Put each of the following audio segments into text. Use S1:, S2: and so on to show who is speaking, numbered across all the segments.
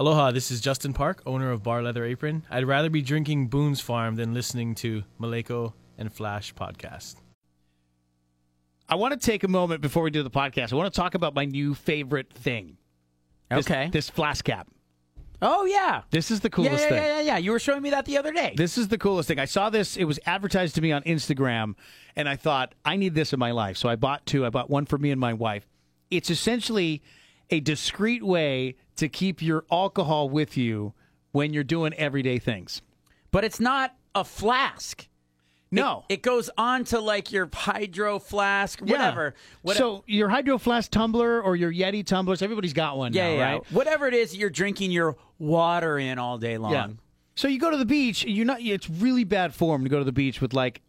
S1: Aloha, this is Justin Park, owner of Bar Leather Apron. I'd rather be drinking Boone's Farm than listening to Maleko and Flash podcast.
S2: I want to take a moment before we do the podcast. I want to talk about my new favorite thing. This-
S3: Okay.
S2: This flask cap.
S3: oh yeah.
S2: This is the
S3: Yeah,
S2: coolest
S3: yeah,
S2: thing.
S3: yeah, yeah, yeah. You were showing me that the other day.
S2: This is the coolest thing. I saw this. It was advertised to me on Instagram, and I thought, I need this in my life. So I bought two. I bought one for me and my wife. It's essentially a discreet way to keep your alcohol with you when you're doing everyday things.
S3: but it's not a flask.
S2: No.
S3: It goes on to like your hydro flask, whatever. What-
S2: So your hydro flask tumbler or your Yeti tumblers, everybody's got one
S3: yeah,
S2: now,
S3: yeah.
S2: right?
S3: Whatever it is you're drinking your water in all day long.
S2: So you go to the beach, you're not it's really bad form to go to the beach with like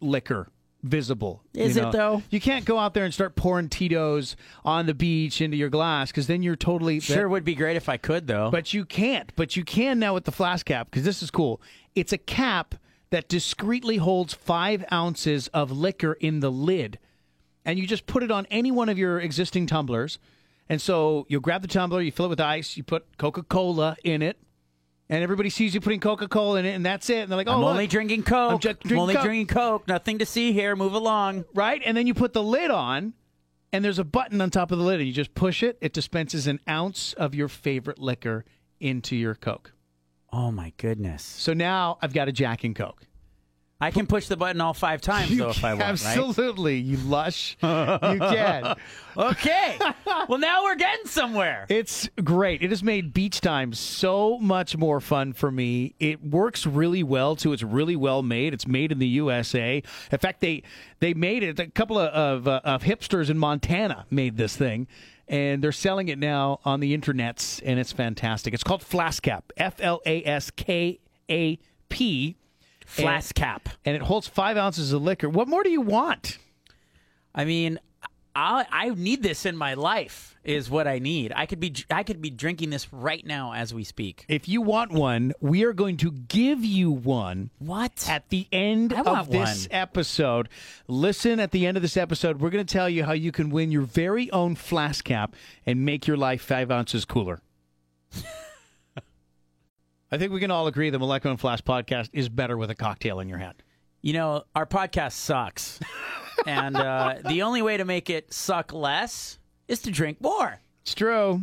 S2: liquor visible. you
S3: Is it,
S2: know?
S3: though?
S2: You can't go out there and start pouring Tito's on the beach into your glass cuz then you're totally
S3: Sure would be great if I could though.
S2: But you can't. But you can now with the flask cap because this is cool. It's a cap that discreetly holds five ounces of liquor in the lid, and you just put it on any one of your existing tumblers. And so you'll grab the tumbler, you fill it with ice, you put Coca Cola in it, and everybody sees you putting Coca Cola in it, and that's it. And they're like, "Oh,
S3: I'm
S2: look."
S3: only drinking Coke.
S2: I'm just drinking
S3: only
S2: Coke.
S3: drinking Coke. Nothing to see here. Move along.
S2: right?" And then you put the lid on. And there's a button on top of the lid, and you just push it. It dispenses an ounce of your favorite liquor into your Coke.
S3: Oh my goodness.
S2: So now I've got a Jack and Coke.
S3: I can push the button all five times though if I want, right?
S2: absolutely, you lush. you can.
S3: Okay. well now we're getting somewhere.
S2: It's great. It has made beach time so much more fun for me. It works really well too. It's really well made. It's made in the USA. In fact, they they made it. A couple of of, uh, of hipsters in Montana made this thing, and they're selling it now on the internets, and it's fantastic. It's called Flask Cap. F L A S K A P.
S3: Flask cap.
S2: And it holds five ounces of liquor. What more do you want?
S3: I mean, I I need this in my life is what I need. I could be I could be drinking this right now as we speak.
S2: If you want one, we are going to give you one
S3: What?
S2: at the end
S3: I
S2: of
S3: want
S2: this episode. Listen, at the end of this episode, we're going to tell you how you can win your very own flask cap and make your life five ounces cooler. I think we can all agree the Molecular and Flask podcast is better with a cocktail in your hand.
S3: you know, our podcast sucks. and uh, the only way to make it suck less is to drink more.
S2: It's true.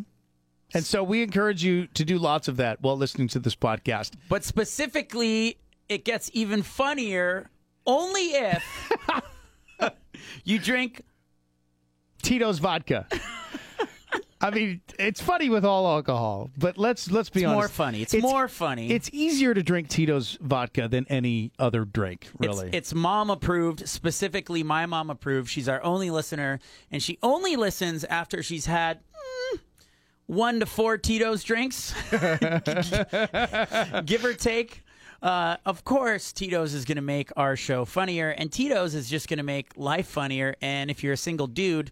S2: And so we encourage you to do lots of that while listening to this podcast.
S3: But specifically, it gets even funnier only if you drink.
S2: Tito's vodka. I mean, it's funny with all alcohol, but let's let's be
S3: It's
S2: honest.
S3: more funny. It's, more funny.
S2: It's easier to drink Tito's vodka than any other drink,
S3: It's-
S2: really.
S3: It's, mom approved, specifically my mom approved. She's our only listener, and she only listens after she's had mm, one to four Tito's drinks, give or take. Uh, of course, Tito's is going to make our show funnier, and Tito's is just going to make life funnier. And if you're a single dude,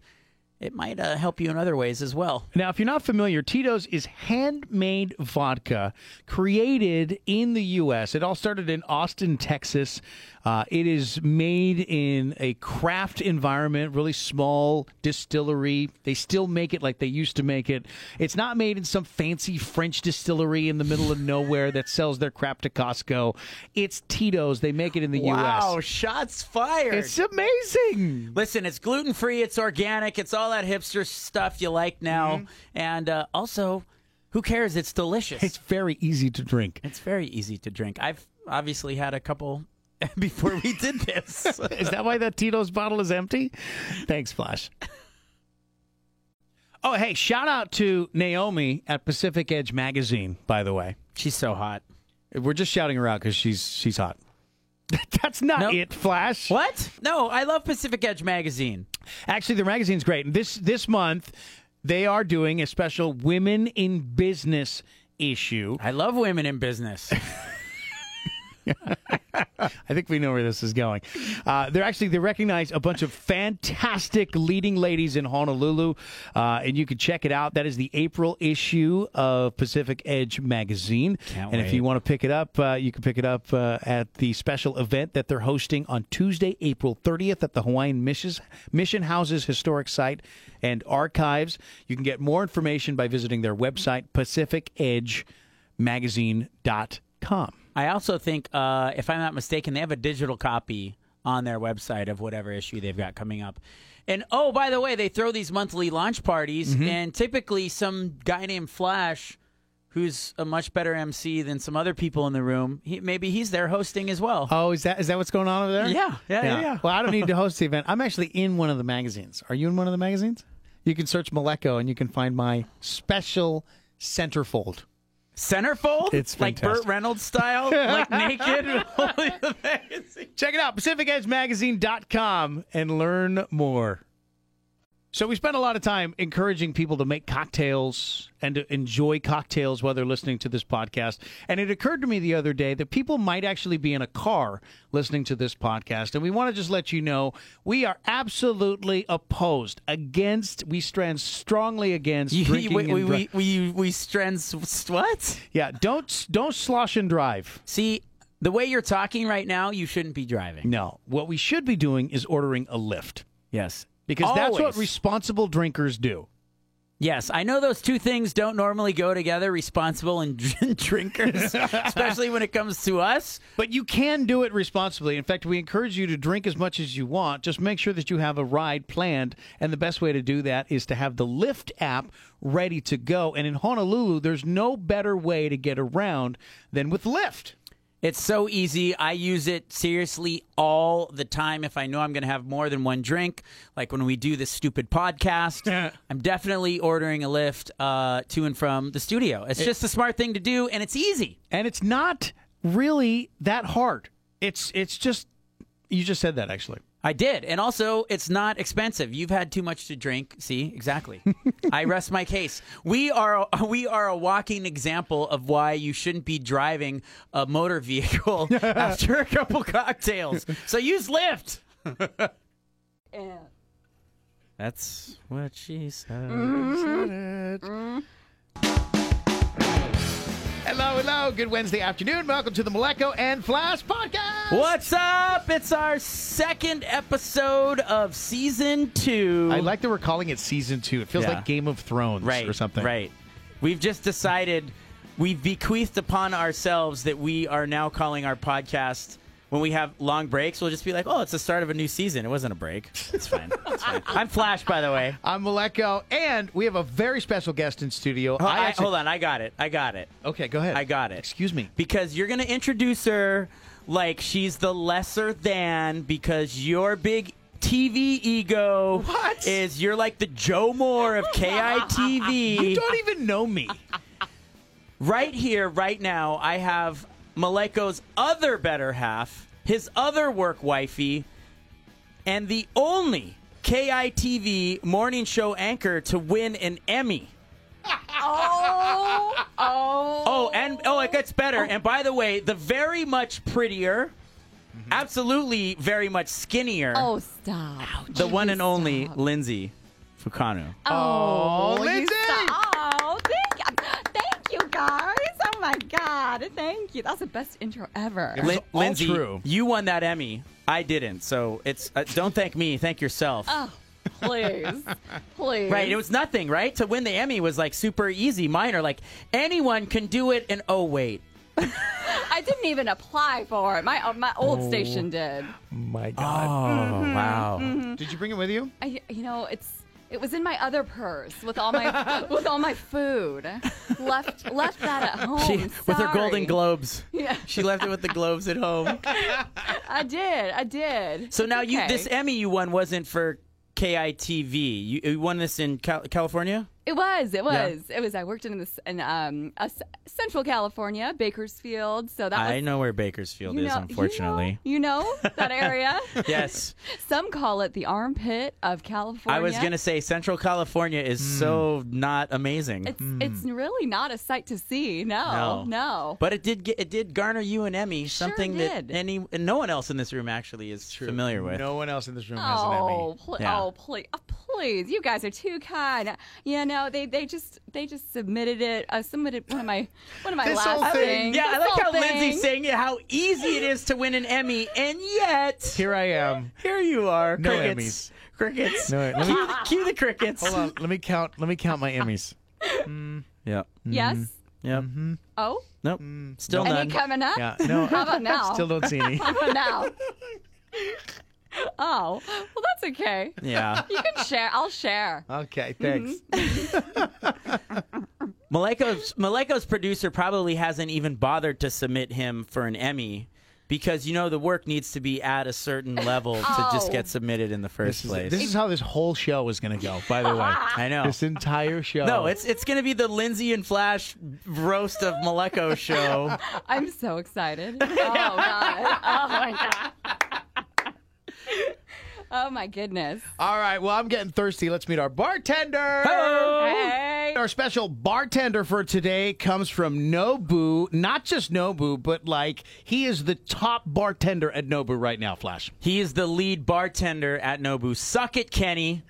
S3: it might uh, help you in other ways as well.
S2: now, if you're not familiar, Tito's is handmade vodka created in the U.S. It all started in Austin, Texas. Uh, it is made in a craft environment, really small distillery. They still make it like they used to make it. It's not made in some fancy French distillery in the middle of nowhere that sells their crap to Costco. It's Tito's. They make it in the
S3: Wow,
S2: U.S.
S3: shots fired!
S2: It's amazing.
S3: Listen, it's gluten free, it's organic, it's all that hipster stuff you like now. And uh, also, who cares? It's delicious.
S2: It's
S3: It's,
S2: very easy to drink.
S3: very easy to drink. I've obviously had a couple before we did this.
S2: Is that why that Tito's bottle is empty? Thanks, Flash. Oh, hey, shout out to Naomi at Pacific Edge Magazine, by the way.
S3: She's so hot.
S2: We're just shouting her out because she's she's hot. That's not
S3: Nope.
S2: it, Flash.
S3: What? No, I love Pacific Edge magazine.
S2: Actually, the magazine's great. And this this month, they are doing a special Women in Business issue.
S3: I love women in business.
S2: I think we know where this is going. Uh, they're actually they recognize a bunch of fantastic leading ladies in Honolulu, uh, and you can check it out. That is the April issue of Pacific Edge magazine.
S3: Can't
S2: and if
S3: wait.
S2: you want to pick it up, uh, you can pick it up uh, at the special event that they're hosting on Tuesday, April 30th, at the Hawaiian Missions, Mission Houses Historic Site and Archives. You can get more information by visiting their website, PacificEdgeMagazine.com.
S3: I also think, uh, if I'm not mistaken, they have a digital copy on their website of whatever issue they've got coming up. And oh, by the way, they throw these monthly launch parties,
S2: Mm-hmm.
S3: and typically some guy named Flash, who's a much better MC than some other people in the room, he, maybe he's there hosting as well.
S2: Oh, is that is that what's going on over there?
S3: Yeah, yeah, yeah, yeah.
S2: Well, I don't need to host the event. I'm actually in one of the magazines. Are you in one of the magazines? You can search Maleko and you can find my special centerfold.
S3: Centerfold?
S2: It's
S3: like Burt
S2: fantastic.
S3: Reynolds style, like naked. Holy the magazine.
S2: Check it out, PacificEdgeMagazine.com, and learn more. So we spend a lot of time encouraging people to make cocktails and to enjoy cocktails while they're listening to this podcast. And it occurred to me the other day that people might actually be in a car listening to this podcast. And we want to just let you know we are absolutely opposed, against, we stand strongly against
S3: we,
S2: drinking
S3: we,
S2: and
S3: we,
S2: dri-
S3: we, we, we strans, what?
S2: Yeah, don't don't slosh and drive.
S3: See, the way you're talking right now, you shouldn't be driving.
S2: No, what we should be doing is ordering a lift.
S3: Yes.
S2: because that's what
S3: Always.
S2: responsible drinkers do.
S3: Yes, I know those two things don't normally go together, responsible and dr- drinkers, especially when it comes to us.
S2: But you can do it responsibly. In fact, we encourage you to drink as much as you want. Just make sure that you have a ride planned. And the best way to do that is to have the Lyft app ready to go. And in Honolulu, there's no better way to get around than with Lyft.
S3: It's so easy. I use it seriously all the time if I know I'm going to have more than one drink, like when we do this stupid podcast. I'm definitely ordering a lift uh, to and from the studio. It's just a smart thing to do, and it's easy.
S2: And it's not really that hard. It's it's just you just said that actually.
S3: I did. And also, it's not expensive. You've had too much to drink. See, exactly. I rest my case. We are we are a walking example of why you shouldn't be driving a motor vehicle after a couple cocktails. So use Lyft. That's what she said.
S2: Hello, hello. Good Wednesday afternoon. Welcome to the Maleko and Flash podcast.
S3: What's up? It's our second episode of season 2.
S2: I like that we're calling it season two. It feels
S3: Yeah.
S2: like Game of Thrones
S3: right,
S2: or something.
S3: Right. We've just decided we've bequeathed upon ourselves that we are now calling our podcast when we have long breaks, we'll just be like, "Oh, it's the start of a new season. It wasn't a break. It's fine. It's fine." I'm Flash, by the way.
S2: I'm Maleko, and we have a very special guest in studio.
S3: Oh, I, hold on, I got it. I got it.
S2: Okay, go ahead.
S3: I got it.
S2: Excuse me.
S3: Because you're gonna introduce her like she's the lesser than because your big TV ego
S2: What?
S3: is you're like the Joe Moore of KITV.
S2: You don't even know me.
S3: Right here, right now, I have Maleko's other better half, his other work wifey, and the only KITV morning show anchor to win an Emmy.
S4: Oh, oh.
S3: Oh, and oh, it gets better. And by the way, the very much prettier, absolutely very much skinnier,
S4: Oh, stop.
S3: the one and only Lindsay Fukano.
S4: Oh,
S2: Oh,
S4: you
S2: Lindsay!
S4: stop. Oh, thank you. Thank you, guys. Oh, my God. Thank you. That's the best intro ever.
S2: It was all
S3: Lindsay,
S2: true.
S3: you won that Emmy. I didn't. So it's uh, don't thank me, thank yourself.
S4: Oh, please. please.
S3: Right, it was nothing, right? To win the Emmy was like super easy, minor. Like anyone can do it, and oh wait,
S4: I didn't even apply for it. My, uh, my old station did.
S2: My
S3: oh
S2: God.
S4: Mm-hmm,
S3: wow,
S2: Did you bring it with you?
S4: I, you know, it's. It was in my other purse with all my with all my food. Left left that at home.
S3: she, with her Golden
S4: Sorry.
S3: Globes,
S4: Yeah.
S3: she left it with the globes at home.
S4: I did. I did.
S3: So now
S4: It's
S3: you,
S4: okay.
S3: this Emmy you won wasn't for KITV. You, you won this in Cal- California.
S4: It was. It was. It was. I worked in this in um a s- Central California, Bakersfield. So that was,
S3: I know where Bakersfield
S4: Uh, you
S3: is,
S4: know-
S3: unfortunately.
S4: you know, you know that area.
S3: yes.
S4: Some call it the armpit of California. Hmm.
S3: I was going to say Central California is so not amazing.
S4: It's it's really not a sight to see. No,
S3: hmm. No.
S4: no.
S3: but it did get, it did garner you an Emmy, something that
S4: did.
S3: any and no one else in this room actually is familiar with.
S2: No one else in this room has an
S4: Oh,
S2: Emmy.
S4: pl-
S3: Yeah.
S4: oh, please, oh, please! You guys are too kind. You know, they, they just they just submitted it. Uh, submitted one of my one of my
S2: This
S4: last
S2: whole thing.
S4: things.
S3: Yeah, I
S4: This
S3: like how
S4: whole thing.
S3: Lindsay's saying yeah, how easy it is to win an Emmy, and yet
S2: Here I am.
S3: here you are,
S2: No
S3: crickets, crickets.
S2: No, wait, let me-
S3: cue, the- cue the crickets.
S2: Hold on. Let me count. Let me count my Emmys.
S3: Yep.
S4: Yes.
S3: Yep.
S2: Mm-hmm.
S4: Oh,
S3: Nope. Still
S4: and
S3: none.
S4: then coming up.
S2: Yeah. No.
S4: How about now?
S2: Still don't see any.
S4: How about now? oh, well, that's okay.
S3: yeah.
S4: You can share. I'll share.
S2: Okay. Thanks.
S4: Mm-hmm.
S3: Maleko's Maleko's producer probably hasn't even bothered to submit him for an Emmy because you know the work needs to be at a certain level to just
S4: Oh.
S3: get submitted in the first
S2: This is,
S3: place.
S2: this is how this whole show is going to go. By the way,
S3: I know.
S2: this entire show.
S3: no, it's it's gonna be the Lindsay and Flash roast of Maleko show.
S4: I'm so excited. Oh god. Oh my god. Oh my goodness.
S2: all right. Well, I'm getting thirsty. Let's meet our bartender.
S4: Hey.
S2: Our special bartender for today comes from Nobu. Not just Nobu, but like he is the top bartender at Nobu right now, Flash.
S3: He is the lead bartender at Nobu. Suck it, Kenny.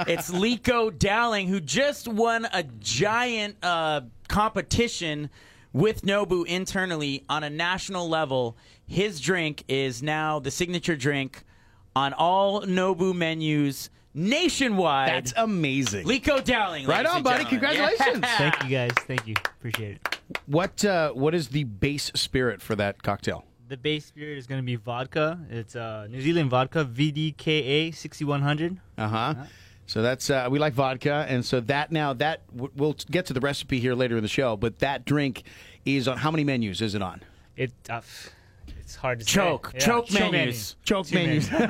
S3: it's Liko Dowling who just won a giant uh, competition with Nobu internally on a national level. His drink is now the signature drink on all Nobu menus nationwide.
S2: That's amazing.
S3: Liko Dowling.
S2: Right
S3: ladies
S2: on,
S3: and
S2: buddy.
S3: gentlemen.
S2: Congratulations.
S5: Thank you guys. Thank you. Appreciate it.
S2: What uh, what is the base spirit for that cocktail?
S5: The base spirit is going to be vodka. It's uh, New Zealand vodka VDKA 6100.
S2: Uh huh. So that's uh, we like vodka, and so that now that w- we'll t- get to the recipe here later in the show. But that drink is on how many menus is it on?
S5: It, uh, pff, it's hard to say.
S3: Choke.
S5: Yeah,
S3: Choke
S5: too many.
S3: menus.
S2: Choke
S5: Too many. 30,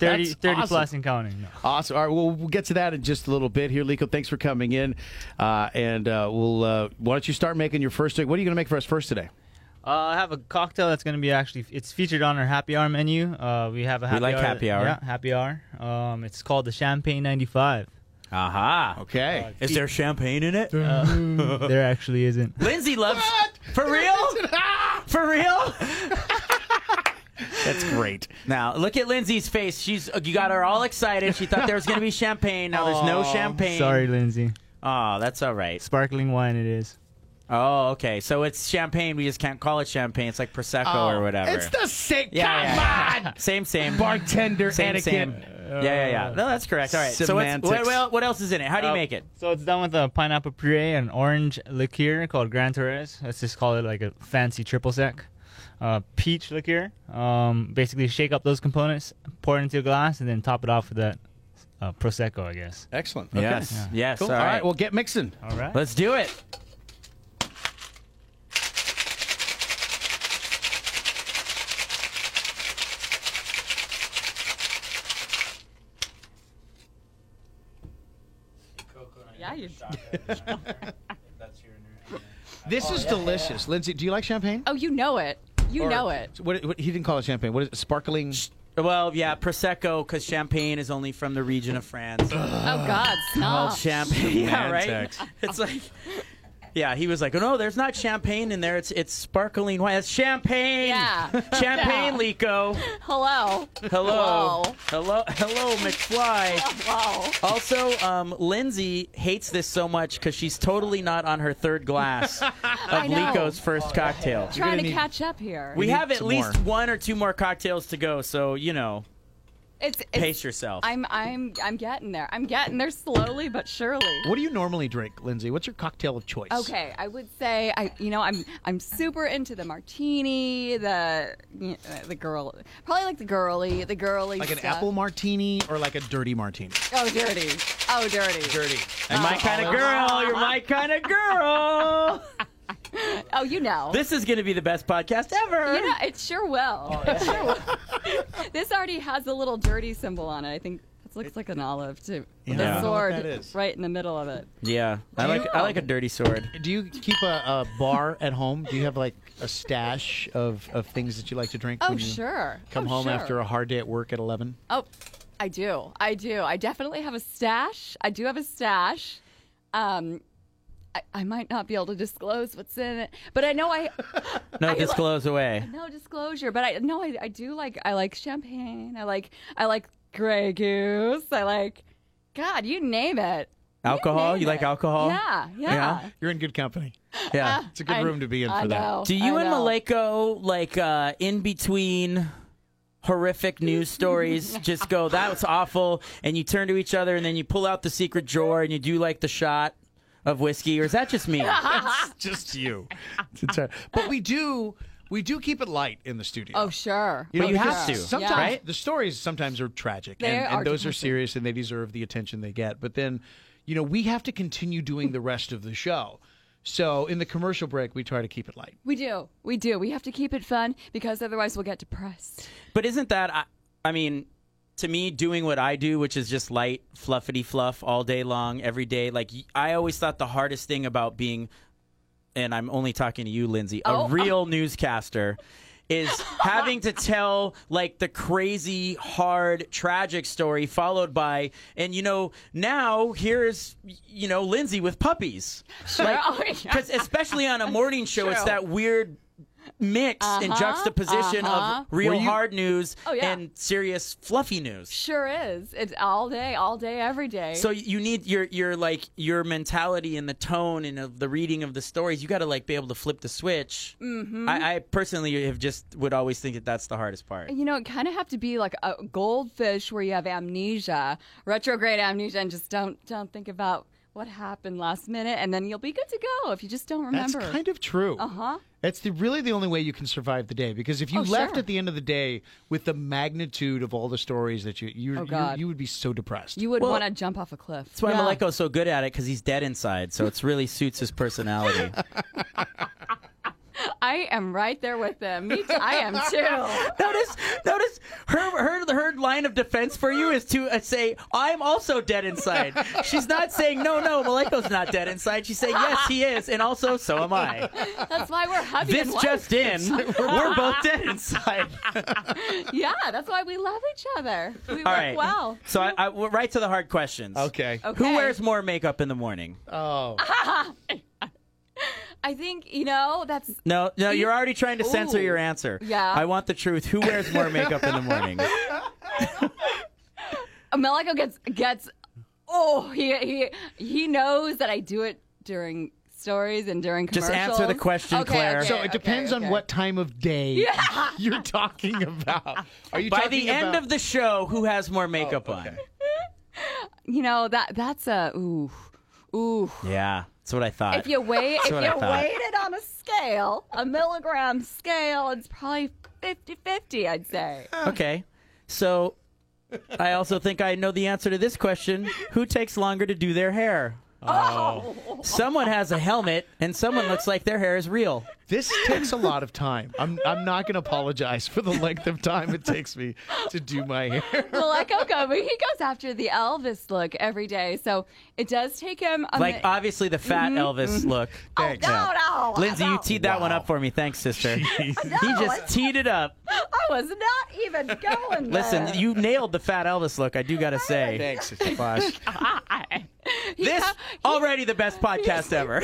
S2: That's
S5: 30
S2: awesome.
S5: plus and counting. No.
S2: Awesome. All right, well, we'll get to that in just a little bit here, Lico. Thanks for coming in, uh, and uh, we'll uh, why don't you start making your first drink? What are you going to make for us first today?
S5: Uh, I have a cocktail that's going to be actually it's featured on our happy hour menu. Uh, we have a happy
S3: like
S5: hour,
S3: happy hour.
S5: Yeah, happy hour. Um, it's called the Champagne 95.
S3: Aha.
S2: Okay.
S3: Is there champagne in it?
S5: Uh, there actually isn't.
S3: Lindsay loves. Uh, For real? For real?
S2: That's great.
S3: Now look at Lindsay's face. She's uh, you got her all excited. She thought there was gonna be champagne. Now there's no champagne.
S5: Sorry, Lindsay.
S3: Oh, that's all right.
S5: Sparkling wine it is.
S3: Oh, okay. So it's champagne. We just can't call it champagne. It's like prosecco or whatever.
S2: Oh, It's the same.
S3: Yeah,
S2: Come
S3: yeah,
S2: on,
S3: same, same.
S2: bartender
S3: same,
S2: etiquette.
S3: same. yeah, yeah, yeah. No, that's correct. All right. So
S2: Semantics. Oh.
S3: what's, what, what else is in it? How do you
S5: Uh,
S3: make it?
S5: So it's done with a pineapple puree and orange liqueur called Gran Torres. Let's just call it like a fancy triple sec. Uh, peach liqueur. Um, basically, shake up those components, pour it into a glass, and then top it off with that uh, prosecco, I guess.
S2: Excellent. Okay.
S3: Yes.
S5: Yeah.
S3: Yes.
S2: Cool.
S3: All right.
S2: Well, get mixing.
S5: All right.
S3: Let's do it.
S4: Yeah, you.
S2: This is delicious, Lindsay. Do you like champagne?
S4: Oh, you know it. You
S2: Or-
S4: know it.
S2: What, what, he didn't call it champagne. What is it? Sparkling.
S3: Well, yeah, prosecco because champagne is only from the region of France.
S4: Oh God,
S3: All
S4: snob.
S3: champagne. Yeah, right.
S2: Semantics.
S3: It's like, yeah, he was like, oh no, there's not champagne in there. It's it's sparkling wine. It's champagne.
S4: Yeah.
S3: Champagne,
S4: Yeah.
S3: Lico.
S4: Hello.
S3: Hello.
S4: Wow.
S3: Hello. Hello, McFly.
S4: Wow.
S3: Also, um, Lindsay hates this so much because she's totally not on her third glass of
S4: know.
S3: Lico's first cocktail.
S4: Trying to
S2: need-
S4: catch up here.
S2: Oh,
S3: We
S2: need
S3: have at
S2: some
S3: least
S2: more.
S3: one or two more cocktails to go, so you know,
S4: it's, it's
S3: pace yourself.
S4: I'm I'm I'm getting there. I'm getting there slowly but surely.
S2: What do you normally drink, Lindsay? What's your cocktail of choice?
S4: Okay, I would say I, you know, I'm I'm super into the martini, the y- uh, the girl, probably like the girly, the girly.
S2: Like an
S4: stuff.
S2: apple martini or like a dirty martini?
S4: Oh, dirty. Oh, dirty.
S2: Dirty.
S3: You're
S2: Oh.
S3: my kind of girl. You're my kind of girl.
S4: Oh, you know.
S3: This is going to be the best podcast ever.
S4: you know,
S2: Oh,
S4: it sure will. It sure will. this already has a little dirty symbol on it. I think It looks like an olive too.
S2: Yeah.
S4: The
S3: I don't know what
S4: sword
S1: that is.
S4: right in the middle of it.
S3: Yeah, I
S2: Do
S3: like
S2: you-
S3: I like a dirty sword.
S2: Do you keep a, a bar at home? Do you have like a stash of, of things that you like to drink?
S4: Oh
S2: when you
S4: sure.
S2: Come
S4: Oh,
S2: home
S4: sure.
S2: after a hard day at work at eleven.
S4: Oh, I do. I do. I definitely have a stash. I do have a stash. Um, I, I might not be able to disclose what's in it, but I know I
S3: No,
S4: I like-
S3: disclose away.
S4: no disclosure. But I no, I, I do like I like champagne. I like I like Grey Goose. I like God. You name it. You
S3: Alcohol?
S4: name
S3: You like
S4: it.
S3: alcohol?
S4: Yeah. uh, Yeah.
S3: Yeah.
S2: You're in good company.
S3: Yeah.
S2: It's a good
S4: I-
S2: room to be in
S4: I
S2: for that.
S4: know,
S3: Do you
S4: I
S3: and
S4: know.
S3: Maleko like uh, in between horrific news stories just go that was awful and you turn to each other and then you pull out the secret drawer and you do like the shot of whiskey or is that just me?
S2: Just you. It's a- but we do we do keep it light in the studio.
S4: Oh sure.
S2: You know,
S3: But you
S2: because
S3: have to,
S2: Sometimes
S4: right?
S2: the stories sometimes are tragic,
S4: They
S2: and, and
S4: are
S2: those are
S4: tragic.
S2: serious, and they deserve the attention they get. But then, you know, we have to continue doing the rest of the show. So in the commercial break, we try to keep it light.
S4: We do. We do. We have to keep it fun because otherwise we'll get depressed.
S3: But isn't that I, I mean to me doing what I do which is just light fluffity fluff all day long every day like y- I always thought the hardest thing about being and I'm only talking to you Lindsay a
S4: Oh.
S3: real newscaster is having to tell like the crazy hard tragic story followed by and you know now here's y- you know Lindsay with puppies
S4: Sure. Oh, yeah.
S3: because especially on a morning show, it's
S4: True.
S3: that weird mix and
S4: Uh-huh,
S3: juxtaposition
S4: uh-huh.
S3: of real
S2: Were you-
S3: hard news
S4: Oh, yeah.
S3: and serious fluffy news.
S4: Sure is. It's all day, all day, every day.
S3: So you need your your like your mentality and the tone and of the reading of the stories. You got to like be able to flip the switch. Mm-hmm. I, I personally have just would always think that that's the hardest part.
S4: you know, it kind of have to be like a goldfish where you have amnesia, retrograde amnesia, and just don't don't think about what happened last minute, and then you'll be good to go if you just don't remember.
S2: That's kind of true. Uh
S4: Uh-huh.
S2: That's the, really the only way you can survive the day because if you
S4: Oh,
S2: left
S4: sure.
S2: at the end of the day with the magnitude of all the stories that you you,
S4: Oh,
S2: you,
S4: God.
S2: you would be so depressed.
S4: you would
S3: Well,
S4: want to jump off a cliff.
S3: That's why
S4: Yeah.
S3: Maleko's so good at it because he's dead inside, so it's really suits his personality.
S4: I am right there with them. Me too. I am too.
S3: Notice, notice her, her her line of defense for you is to uh, say, "I'm also dead inside." She's not saying, "No, no, Maleko's not dead inside." She's saying, "Yes, he is," and also, so am I.
S4: That's why we're happy.
S3: This
S4: and one.
S3: just in, we're both dead inside.
S4: Yeah, that's why we love each other. We work
S3: All right.
S4: well.
S3: So I, I we're right to the hard questions.
S2: okay.
S4: Okay.
S3: Who wears more makeup in the morning?
S2: Oh,
S4: I think you know that's
S3: No, no, you're already trying to censor
S4: Ooh.
S3: your answer.
S4: Yeah.
S3: I want the truth. Who wears more makeup in the morning?
S4: Melico gets gets oh he he he knows that I do it during stories and during
S3: Just
S4: commercials.
S3: answer the question,
S4: okay,
S3: Claire.
S4: Okay,
S2: so it depends on what time of day you're talking about. Are you
S3: By
S2: talking
S3: the end
S2: about- Oh,
S3: of the show, who has more makeup
S4: you know that that's a ooh ooh.
S3: on? Yeah, that's what I thought.
S4: If you weigh if you
S3: what I thought.
S4: weighed it on a scale, a milligram scale, it's probably 50-50, I'd say.
S3: Okay. So I also think I know the answer to this question. Who takes longer to do their hair?
S4: Oh,
S3: Someone has a helmet and someone looks like their hair is real.
S2: This takes a lot of time. I'm I'm not going to apologize for the length of time it takes me to do my hair.
S4: Melico go, he goes after the Elvis look every day, so it does take him. A
S3: Like
S4: mi-
S3: obviously the fat Elvis look.
S4: oh, no, no,
S3: Lindsay, you
S4: no.
S3: teed that one up for me. Thanks, sister. He just teed it up.
S4: I was not even going. there.
S3: Listen, you nailed the fat Elvis look. I do gotta say,
S2: Thanks, it's Flash.
S3: this already the best podcast ever.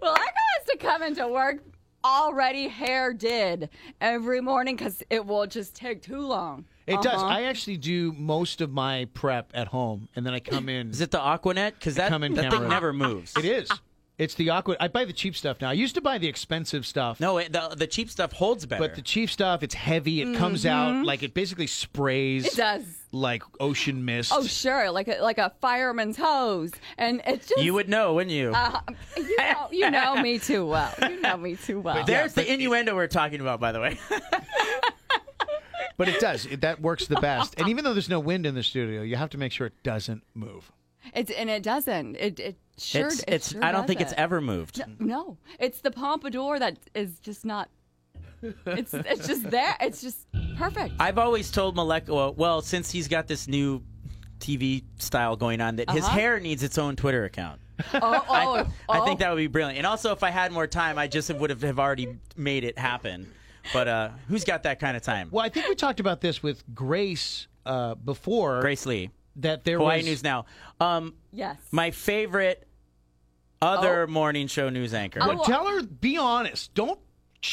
S4: Well, I got us to come into work already hair did every morning because it will just take too long.
S2: It does.
S4: Uh-huh.
S2: I actually do most of my prep at home, and then I come in.
S3: Is it the Aquanet? Because that,
S2: Come in
S3: that
S2: camera.
S3: thing never moves.
S2: It is. It's the aqua. I buy the cheap stuff now. I used to buy the expensive stuff.
S3: No, it, the, the cheap stuff holds better.
S2: But the cheap stuff, it's heavy. It comes out like it basically sprays.
S4: Mm-hmm. It does.
S2: Like ocean mist.
S4: Oh, sure, like a, like a fireman's hose, and it just
S3: you would know, wouldn't you?
S4: uh, you know you know me too well. You know me too well.
S3: There's the innuendo we're talking about, by the way.
S2: But it does. It, that works the best. and even though there's no wind in the studio, you have to make sure it doesn't move.
S4: It's and it doesn't. It it sure.
S3: it's,
S4: it
S3: it's
S4: sure
S3: I don't think it's
S4: doesn't.
S3: ever moved.
S4: No, it's the pompadour that is just not It's it's just there. It's just perfect.
S3: I've always told Maleko, well, since he's got this new TV style going on, that his
S4: Uh-huh.
S3: hair needs its own Twitter account.
S4: oh, oh,
S3: I, I
S4: oh.
S3: think that would be brilliant. And also, if I had more time, I just would have, have already made it happen. But uh, who's got that kind of time?
S2: Well, I think we talked about this with Grace uh, before.
S3: Grace Lee,
S2: that there
S3: Hawaii
S2: was
S3: News Now. Um,
S4: Yes.
S3: my favorite other morning show news anchor.
S4: Oh,
S2: Well, tell her. Be honest. Don't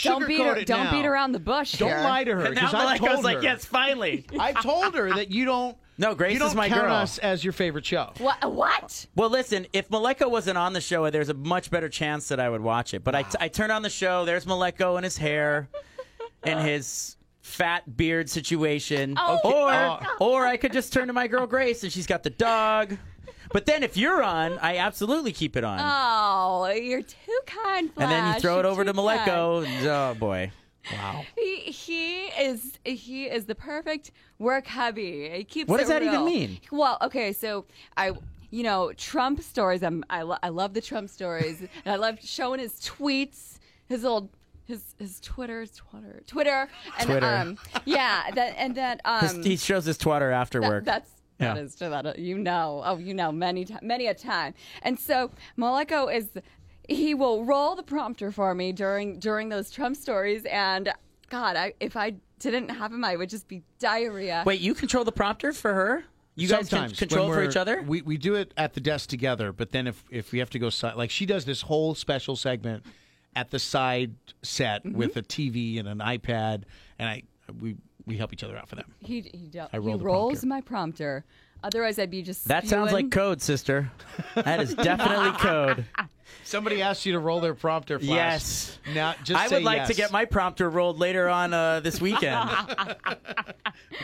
S4: don't
S2: sugarcoat
S4: beat her,
S2: it.
S4: don't
S2: now.
S4: beat around the bush.
S2: Don't
S4: here.
S2: lie to her.
S3: and now
S2: 'cause I've
S3: Maleko's
S2: told
S3: like,
S2: her.
S3: yes, finally.
S2: I've told her that you don't.
S3: No, Grace
S2: you don't
S3: is my
S2: count
S3: girl.
S2: us as your favorite show.
S4: What? What?
S3: Well, listen, if Maleko wasn't on the show, there's a much better chance that I would watch it. But I, I turned on the show, there's Maleko and his hair and his fat beard situation.
S4: Oh,
S3: or,
S2: uh,
S3: or I could just turn to my girl Grace and she's got the dog. But then if you're on, I absolutely keep it on.
S4: Oh, you're too kind, Flash.
S3: and then you throw it
S4: You're
S3: over to
S4: too kind.
S3: Maleko. and- Oh, boy.
S4: He, he is he is the perfect work hubby. He keeps
S3: What
S4: it
S3: does that even
S4: real.
S3: mean?
S4: Well, okay, so I you know Trump stories. I'm I, lo- I love the Trump stories. and I love showing his tweets, his old his his Twitter, Twitter, Twitter, and
S3: Twitter.
S4: um yeah that and that
S3: His-
S4: um
S3: he shows his twatter after
S4: that-
S3: work.
S4: That's that
S3: Yeah.
S4: is that you know. Oh, you know many ti- many a time. And so Maleko is he will roll the prompter for me during during those Trump stories. And God, I, if I didn't have him, I would just be diarrhea.
S3: Wait, you control the prompter for her? You guys can
S2: Sometimes
S3: control
S2: when
S3: for
S2: we're-
S3: each other?
S2: We we do it at the desk together, but then if if we have to go si- like she does this whole special segment at the side set
S3: Mm-hmm.
S2: with a TV and an iPad, and I we we help each other out for them.
S4: He he, do-
S2: roll
S4: he
S2: the
S4: rolls
S2: prompter.
S4: my prompter. Otherwise, I'd be just.
S3: That sounds
S4: spewing-
S3: like code, sister. That is definitely code.
S2: Somebody asked you to roll their prompter. Flash.
S3: Yes.
S2: Now just
S3: I
S2: say
S3: would like to
S2: yes.
S3: get my prompter rolled later on uh, this weekend.
S2: You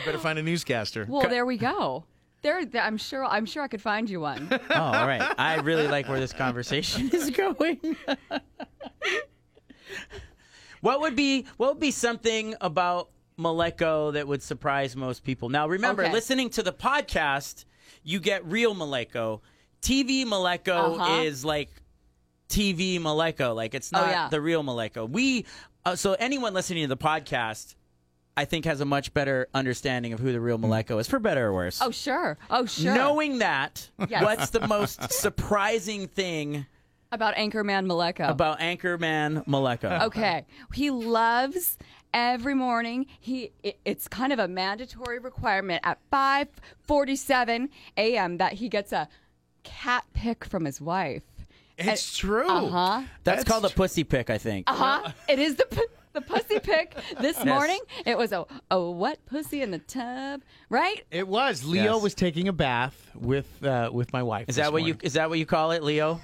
S2: better find a newscaster.
S4: Well, there we go. There, th- I'm sure. I'm sure I could find you one.
S3: oh, all right. I really like where this conversation is going. what would be what would be something about Maleko that would surprise most people? Now, remember,
S4: Okay.
S3: listening to the podcast, you get real Maleko. TV Maleko
S4: Uh-huh.
S3: is like TV Maleko. Like it's
S4: Oh,
S3: not
S4: yeah.
S3: the real Maleko. We uh, so anyone listening to the podcast. I think has a much better understanding of who the
S4: Mm.
S3: real Maleko is, for better or worse.
S4: Oh sure. Oh sure.
S3: Knowing that,
S4: Yes.
S3: what's the most surprising thing
S4: about Anchorman Maleko.
S3: about Anchorman Maleko?
S4: Okay. He loves every morning. He it, it's kind of a mandatory requirement at 5:47 a.m. that he gets a cat pick from his wife.
S2: It's true.
S4: Uh-huh.
S3: That's, called a pussy pick, I think.
S4: Uh-huh. It is the p- the pussy pick this morning. It was a, a wet pussy in the tub, right?
S2: It was. Leo
S3: Yes.
S2: was taking a bath with uh, with my wife.
S3: Is that what you is that what you call it, Leo?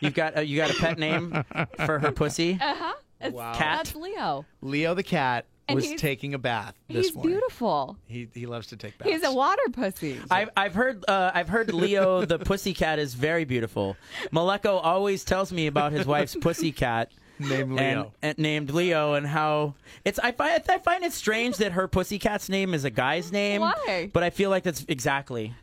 S3: You've got a, you got a pet name for her pussy?
S4: Uh. It's,
S2: Wow.
S3: Cat.
S4: That's Leo.
S2: you? Leo the cat
S4: And
S2: was
S4: he's-
S2: taking a bath this
S4: He's
S2: morning.
S4: beautiful.
S2: He he loves to take baths.
S4: He's a water pussy.
S3: I've, I've heard uh, I've heard Leo the pussy cat is very beautiful. Maleko always tells me about his wife's pussy cat.
S2: named Leo.
S3: and, and named Leo, and how it's I find I find it strange that her pussycat's name is a guy's name.
S4: Why?
S3: But I feel like that's exactly.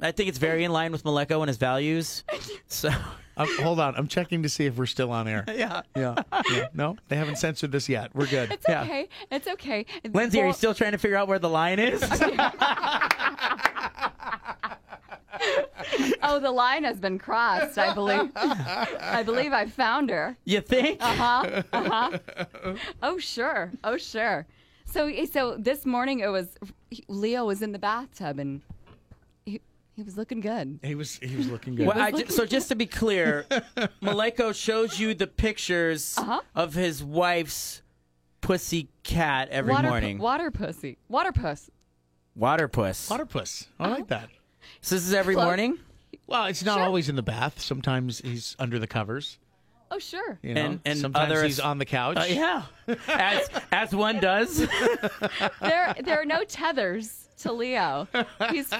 S3: I think it's very in line with Maleko and his values. So
S2: Um, hold on, I'm checking to see if we're still on air.
S3: yeah,
S2: Yeah, yeah. No, they haven't censored this yet. We're good.
S4: it's okay. It's okay.
S3: Lindsay, are you
S4: Well-
S3: still trying to figure out where the line is?
S4: Oh, the line has been crossed. I believe. I believe I found her.
S3: you think?
S4: huh? Uh-huh. Oh sure. Oh sure. So so this morning it was Leo was in the bathtub and he he was looking good.
S2: He was he was looking good.
S3: Well, I ju- so just to be clear, Maleko shows you the pictures
S4: Uh-huh.
S3: of his wife's pussy cat every
S4: water
S3: morning.
S4: water pussy. Water puss.
S3: water puss.
S2: Waterpuss.
S3: Oh.
S2: I like that.
S3: so this is every
S4: Close.
S3: morning,
S2: Well, it's not
S4: Sure.
S2: always in the bath. Sometimes he's under the covers.
S4: Oh sure.
S2: You know,
S3: And- and
S2: sometimes
S3: other-
S2: he's on the couch.
S3: Uh, yeah, as as one does.
S4: There there are no tethers to Leo. He's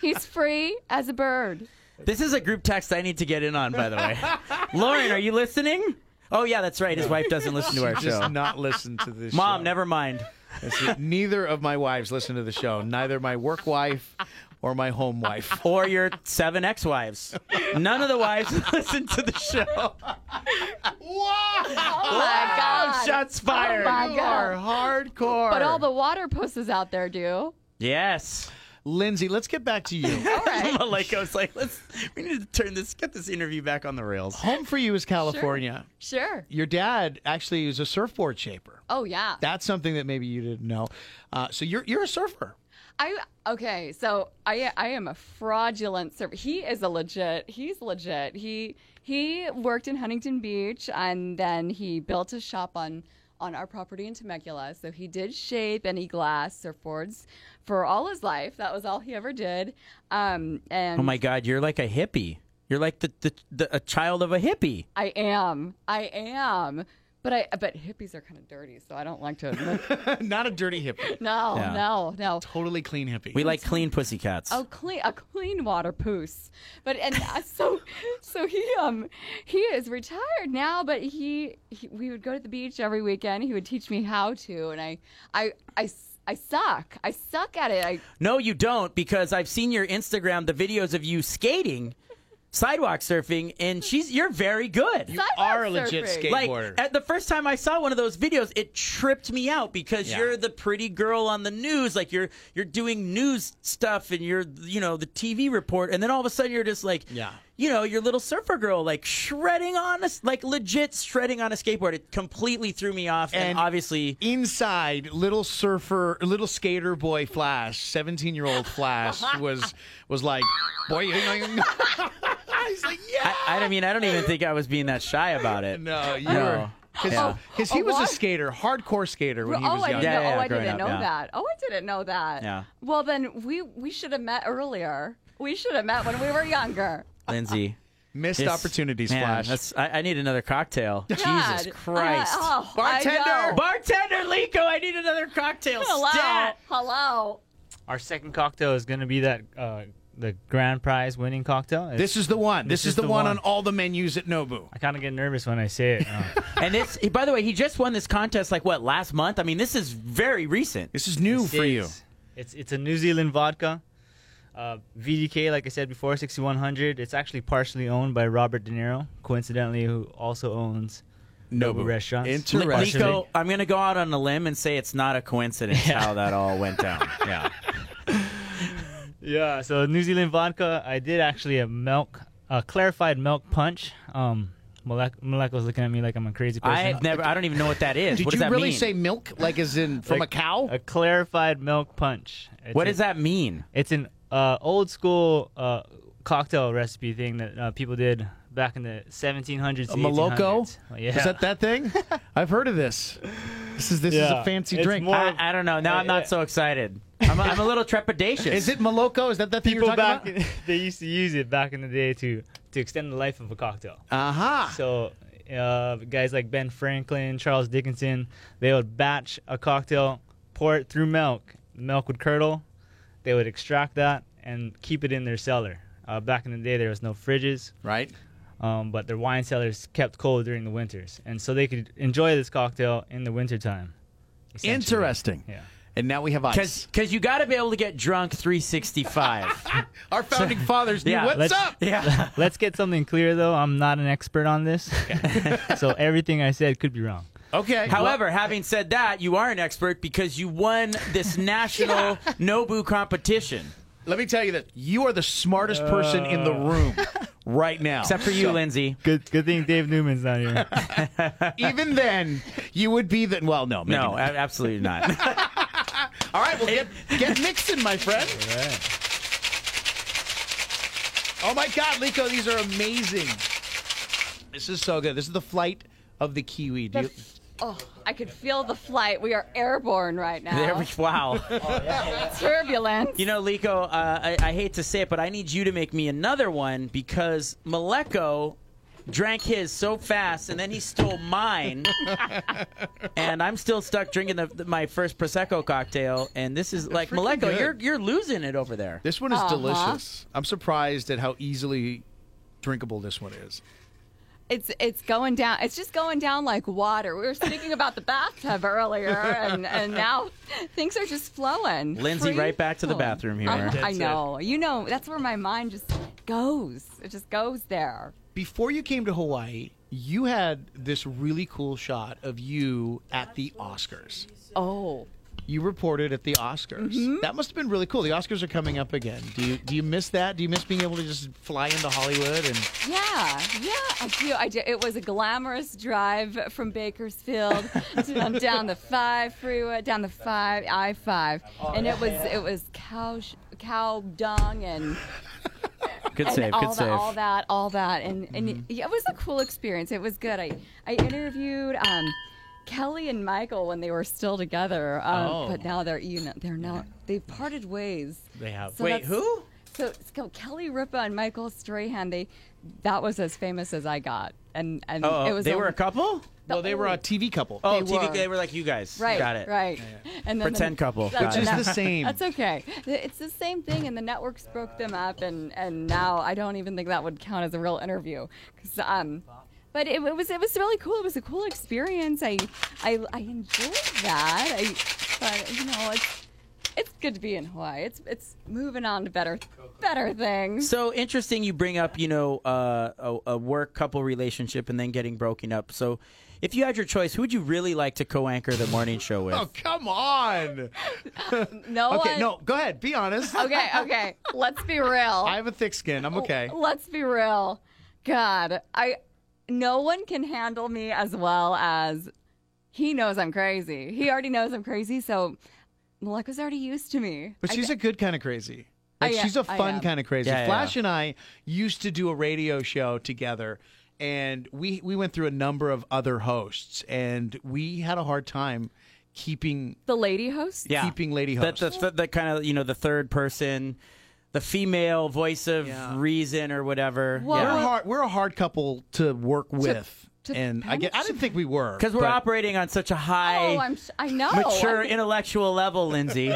S4: he's free as a bird.
S3: This is a group text I need to get in on, by the way. Lauren, are you listening? Oh yeah, that's right. His wife doesn't listen to our show.
S2: Just not listen to this.
S3: Mom,
S2: show.
S3: never mind.
S2: That's it. Neither of my wives listen to the show. Neither my work wife or my home wife.
S3: Or your seven ex-wives. None of the wives listen to the show.
S4: Oh my God.
S2: shots fired.
S4: my
S2: you
S4: God.
S2: are hardcore.
S4: But all the water pusses out there do.
S3: Yes.
S2: Lindsay, let's get back to you.
S4: All right.
S3: Maleko was like, let's. We need to turn this. Get this interview back on the rails.
S2: Home for you is California.
S4: sure.
S2: Your dad actually is a surfboard shaper.
S4: Oh yeah.
S2: That's something that maybe you didn't know. Uh, so you're you're a surfer.
S4: I okay, so I I am a fraudulent server. He is a legit. He's legit. He he worked in Huntington Beach and then he built a shop on on our property in Temecula. So he did shape and he glass surfboards for all his life. That was all he ever did. Um and
S3: Oh my God, you're like a hippie. You're like the, the, the a child of a hippie.
S4: I am. I am. But I but hippies are kind of dirty, so I don't like to admit.
S2: Not a dirty hippie.
S4: no,
S3: Yeah.
S4: no, no.
S2: Totally clean hippie.
S3: We like clean pussycats.
S4: Oh, clean a clean water poos. But and uh, so so he um he is retired now, but he, he we would go to the beach every weekend. He would teach me how to, and I I I s- I suck. I suck at it. I
S3: No, you don't, because I've seen your Instagram, the videos of you skating, sidewalk surfing, and she's you're very good.
S4: sidewalk
S2: are a legit
S4: surfing.
S2: skate-
S3: like
S2: skateboarder.
S3: at the first time I saw one of those videos, it tripped me out because
S2: Yeah.
S3: you're the pretty girl on the news, like you're you're doing news stuff and you're you know the TV report, and then all of a sudden you're just like
S2: Yeah.
S3: you know your little surfer girl like shredding on a s- like legit shredding on a skateboard. It completely threw me off, and,
S2: And-
S3: obviously
S2: inside little surfer little skater boy flash 17 year old flash was was like boy you know you he's like yeah
S3: I, I mean I don't even think I was being that shy about it.
S2: no you
S3: No.
S2: were because
S3: Yeah.
S2: he
S4: Oh,
S2: was a
S4: what?
S2: skater hardcore skater when he
S4: Oh,
S2: was
S4: I
S2: young
S4: didn't
S3: Yeah,
S4: know,
S3: yeah,
S4: oh,
S3: yeah,
S4: I
S3: growing
S4: didn't
S3: up,
S4: know
S3: yeah.
S4: that. Oh, I didn't know that.
S3: Yeah.
S4: Well, then we we should have met earlier. We should have met when we were younger.
S3: Lindsay.
S2: missed
S3: This-
S2: opportunities
S3: man,
S2: flash
S3: That's, I, I need another cocktail.
S4: God.
S3: Jesus Christ.
S4: I- oh, I
S2: Bartender!
S4: know.
S3: Bartender Lico, I need another cocktail.
S4: Hello.
S3: Stat.
S4: Hello.
S5: Our second cocktail is gonna be that uh, the grand prize winning cocktail. It's-
S2: this is the one this, is, the, one,
S5: one.
S2: on all the menus at nobu
S5: I kind of get nervous when I say it. Uh,
S3: And this, by the way, he just won this contest like what last month. I mean, this is very recent.
S2: this is new for you
S5: It's- It's it's a New Zealand vodka. Uh, VDK, like I said before, 6100. It's actually partially owned by Robert De Niro, coincidentally, who also owns Nobu, Restaurants.
S2: Inter-
S3: Li-
S2: Interesting.
S3: Lico, I'm going to go out on a limb and say it's not a coincidence how that all went down. Yeah.
S5: yeah, so New Zealand vodka. I did actually a milk, a clarified milk punch. Um, Malek- Maleko's looking at me like I'm a crazy person.
S3: I have never. I don't even know what that is.
S2: did
S3: what does
S2: you
S3: that
S2: really
S3: mean?
S2: say milk like as in from
S5: Like,
S2: a cow
S5: A clarified milk punch. It's
S3: what
S5: a-
S3: does that mean?
S5: It's an uh, old school uh, cocktail recipe thing that uh, people did back in the 1700s.
S2: a
S5: to
S2: maloko
S5: 1800s. Yeah.
S2: is that that thing i've heard of this this is this is a
S5: Yeah.
S2: fancy
S5: It's
S2: drink
S5: more-
S3: I, I don't know. Now I'm not so excited. I'm, I'm a little trepidatious.
S2: Is it Maloko? Is that the thing
S5: people
S2: you're
S5: back
S2: talking
S5: in, they used to use it back in the day to to extend the life of a cocktail.
S2: about? Aha.
S5: So uh, guys like Ben Franklin, Charles Dickinson, they would batch a cocktail, pour it through milk. The milk would curdle. They would extract that and keep it in their cellar. Uh, back in the day, there was no fridges,
S2: right.
S5: um, but their wine cellars kept cold during the winters, and so they could enjoy this cocktail in the wintertime. essentially.
S2: Interesting.
S5: Yeah.
S2: And now we have ice.
S3: Because because you got to be able to get drunk 365.
S2: Our founding fathers knew
S3: Yeah,
S2: what's
S5: let's-
S2: up.
S3: yeah.
S5: Let's get something clear though. I'm not an expert on this, so everything I said could be wrong.
S2: Okay.
S3: However, having said that, you are an expert because you won this national Nobu competition.
S2: let me tell you this: you are the smartest person in the room right now.
S3: Except for you,
S2: So,
S3: Lindsay.
S5: Good, good thing Dave Newman's not here.
S2: even then, you would be the. Well, no, maybe
S3: No, a-
S2: not.
S3: absolutely not.
S2: All right, well, get get mixing, my friend. Oh my God, Lico, these are amazing. This is so good. This is the flight of the kiwi. Do you,
S4: Oh, I could feel the flight. We are airborne right now.
S3: There we, wow.
S4: Turbulence.
S3: You know, Lico, uh, I, I hate to say it, but I need you to make me another one because Maleko drank his so fast and then he stole mine. and I'm still stuck drinking the, the- my first Prosecco cocktail. And this is like,
S2: freaking
S3: Maleko,
S2: good.
S3: you're, you're losing it over there.
S2: This one is
S4: Uh-huh.
S2: delicious. I'm surprised at how easily drinkable this one is.
S4: It's it's going down. It's just going down like water. We were speaking about the bathtub earlier, and, and now things are just flowing.
S3: Lindsay,
S4: Free
S3: right back to the
S4: flowing.
S3: bathroom here.
S4: Uh, I
S5: it.
S4: know. You know, that's where my mind just goes. It just goes there.
S2: Before you came to Hawaii, you had this really cool shot of you at the Oscars.
S4: Oh.
S2: You reported at the Oscars. That must have been really cool. The Oscars are coming up again. Do you do you miss that? Do you miss being able to just fly into Hollywood and
S4: Yeah, yeah, I do. I do. It was a glamorous drive from Bakersfield to, um, down the five freeway, down the five I five, and it was it was cow sh- cow dung and,
S3: Good
S4: and
S3: save.
S4: all
S3: Good
S4: that,
S3: save. Mm-hmm.
S4: all that, all that, and and yeah, it was a cool experience. It was good. I I interviewed. Um, Kelly and Michael when they were still together, um,
S2: Oh.
S4: but now they're you know they're now they've parted ways.
S2: they have
S4: So
S3: Wait,
S4: that's-
S3: who?
S4: So, so Kelly Ripa and Michael Strahan, they that was as famous as I got, and and
S3: Oh,
S4: it was
S3: they
S4: a-
S3: were a couple.
S2: Well, they were a TV couple.
S3: Oh,
S4: They
S3: TV,
S4: were.
S3: they were like you guys.
S4: right,
S3: Got it.
S4: right, and then
S3: Pretend couple.
S4: That's-
S3: Got
S2: Which
S3: it.
S2: is the
S4: that-
S2: same.
S4: That's okay. It's the same thing, and the networks broke them up, and and now I don't even think that would count as a real interview, 'Cause, um. But it, it was it was really cool. It was a cool experience. I I, I enjoyed that. I, but you know, it's it's good to be in Hawaii. It's it's moving on to better better things.
S3: So interesting you bring up, you know, uh, a, a work couple relationship and then getting broken up. So if you had your choice, who would you really like to co anchor the morning show with?
S2: Oh, come on.
S4: no
S2: Okay,
S4: one,
S2: no, go ahead. Be honest.
S4: Okay, Oh, okay. Let's be real.
S2: I have a thick skin. I'm okay.
S4: Let's be real. God, I no one can handle me as well as he knows I'm crazy. He already knows I'm crazy, so Maleka's already used to me.
S2: But
S4: I-
S2: she's a good kind of crazy.
S4: I
S2: Like
S4: am-
S2: she's a
S4: I
S2: fun
S4: am.
S2: kind of crazy.
S3: Yeah, yeah,
S2: Flash and I used to do a radio show together and we we went through a number of other hosts and we had a hard time keeping
S4: the lady host.
S3: yeah.
S2: keeping lady
S3: That,
S2: hosts.
S3: the, the, the kind of, you know, the third person, the female voice of
S2: Yeah.
S3: reason or whatever.
S4: Well,
S2: we're
S4: Yeah.
S2: a hard we're a hard couple to work with.
S4: to
S2: and I
S4: how
S2: get I
S4: much-
S2: didn't think we were.
S3: Because we're
S2: but-
S3: operating on such a high.
S4: Oh, I'm. s- I know.
S3: Mature
S4: I-
S3: intellectual level, Lindsay.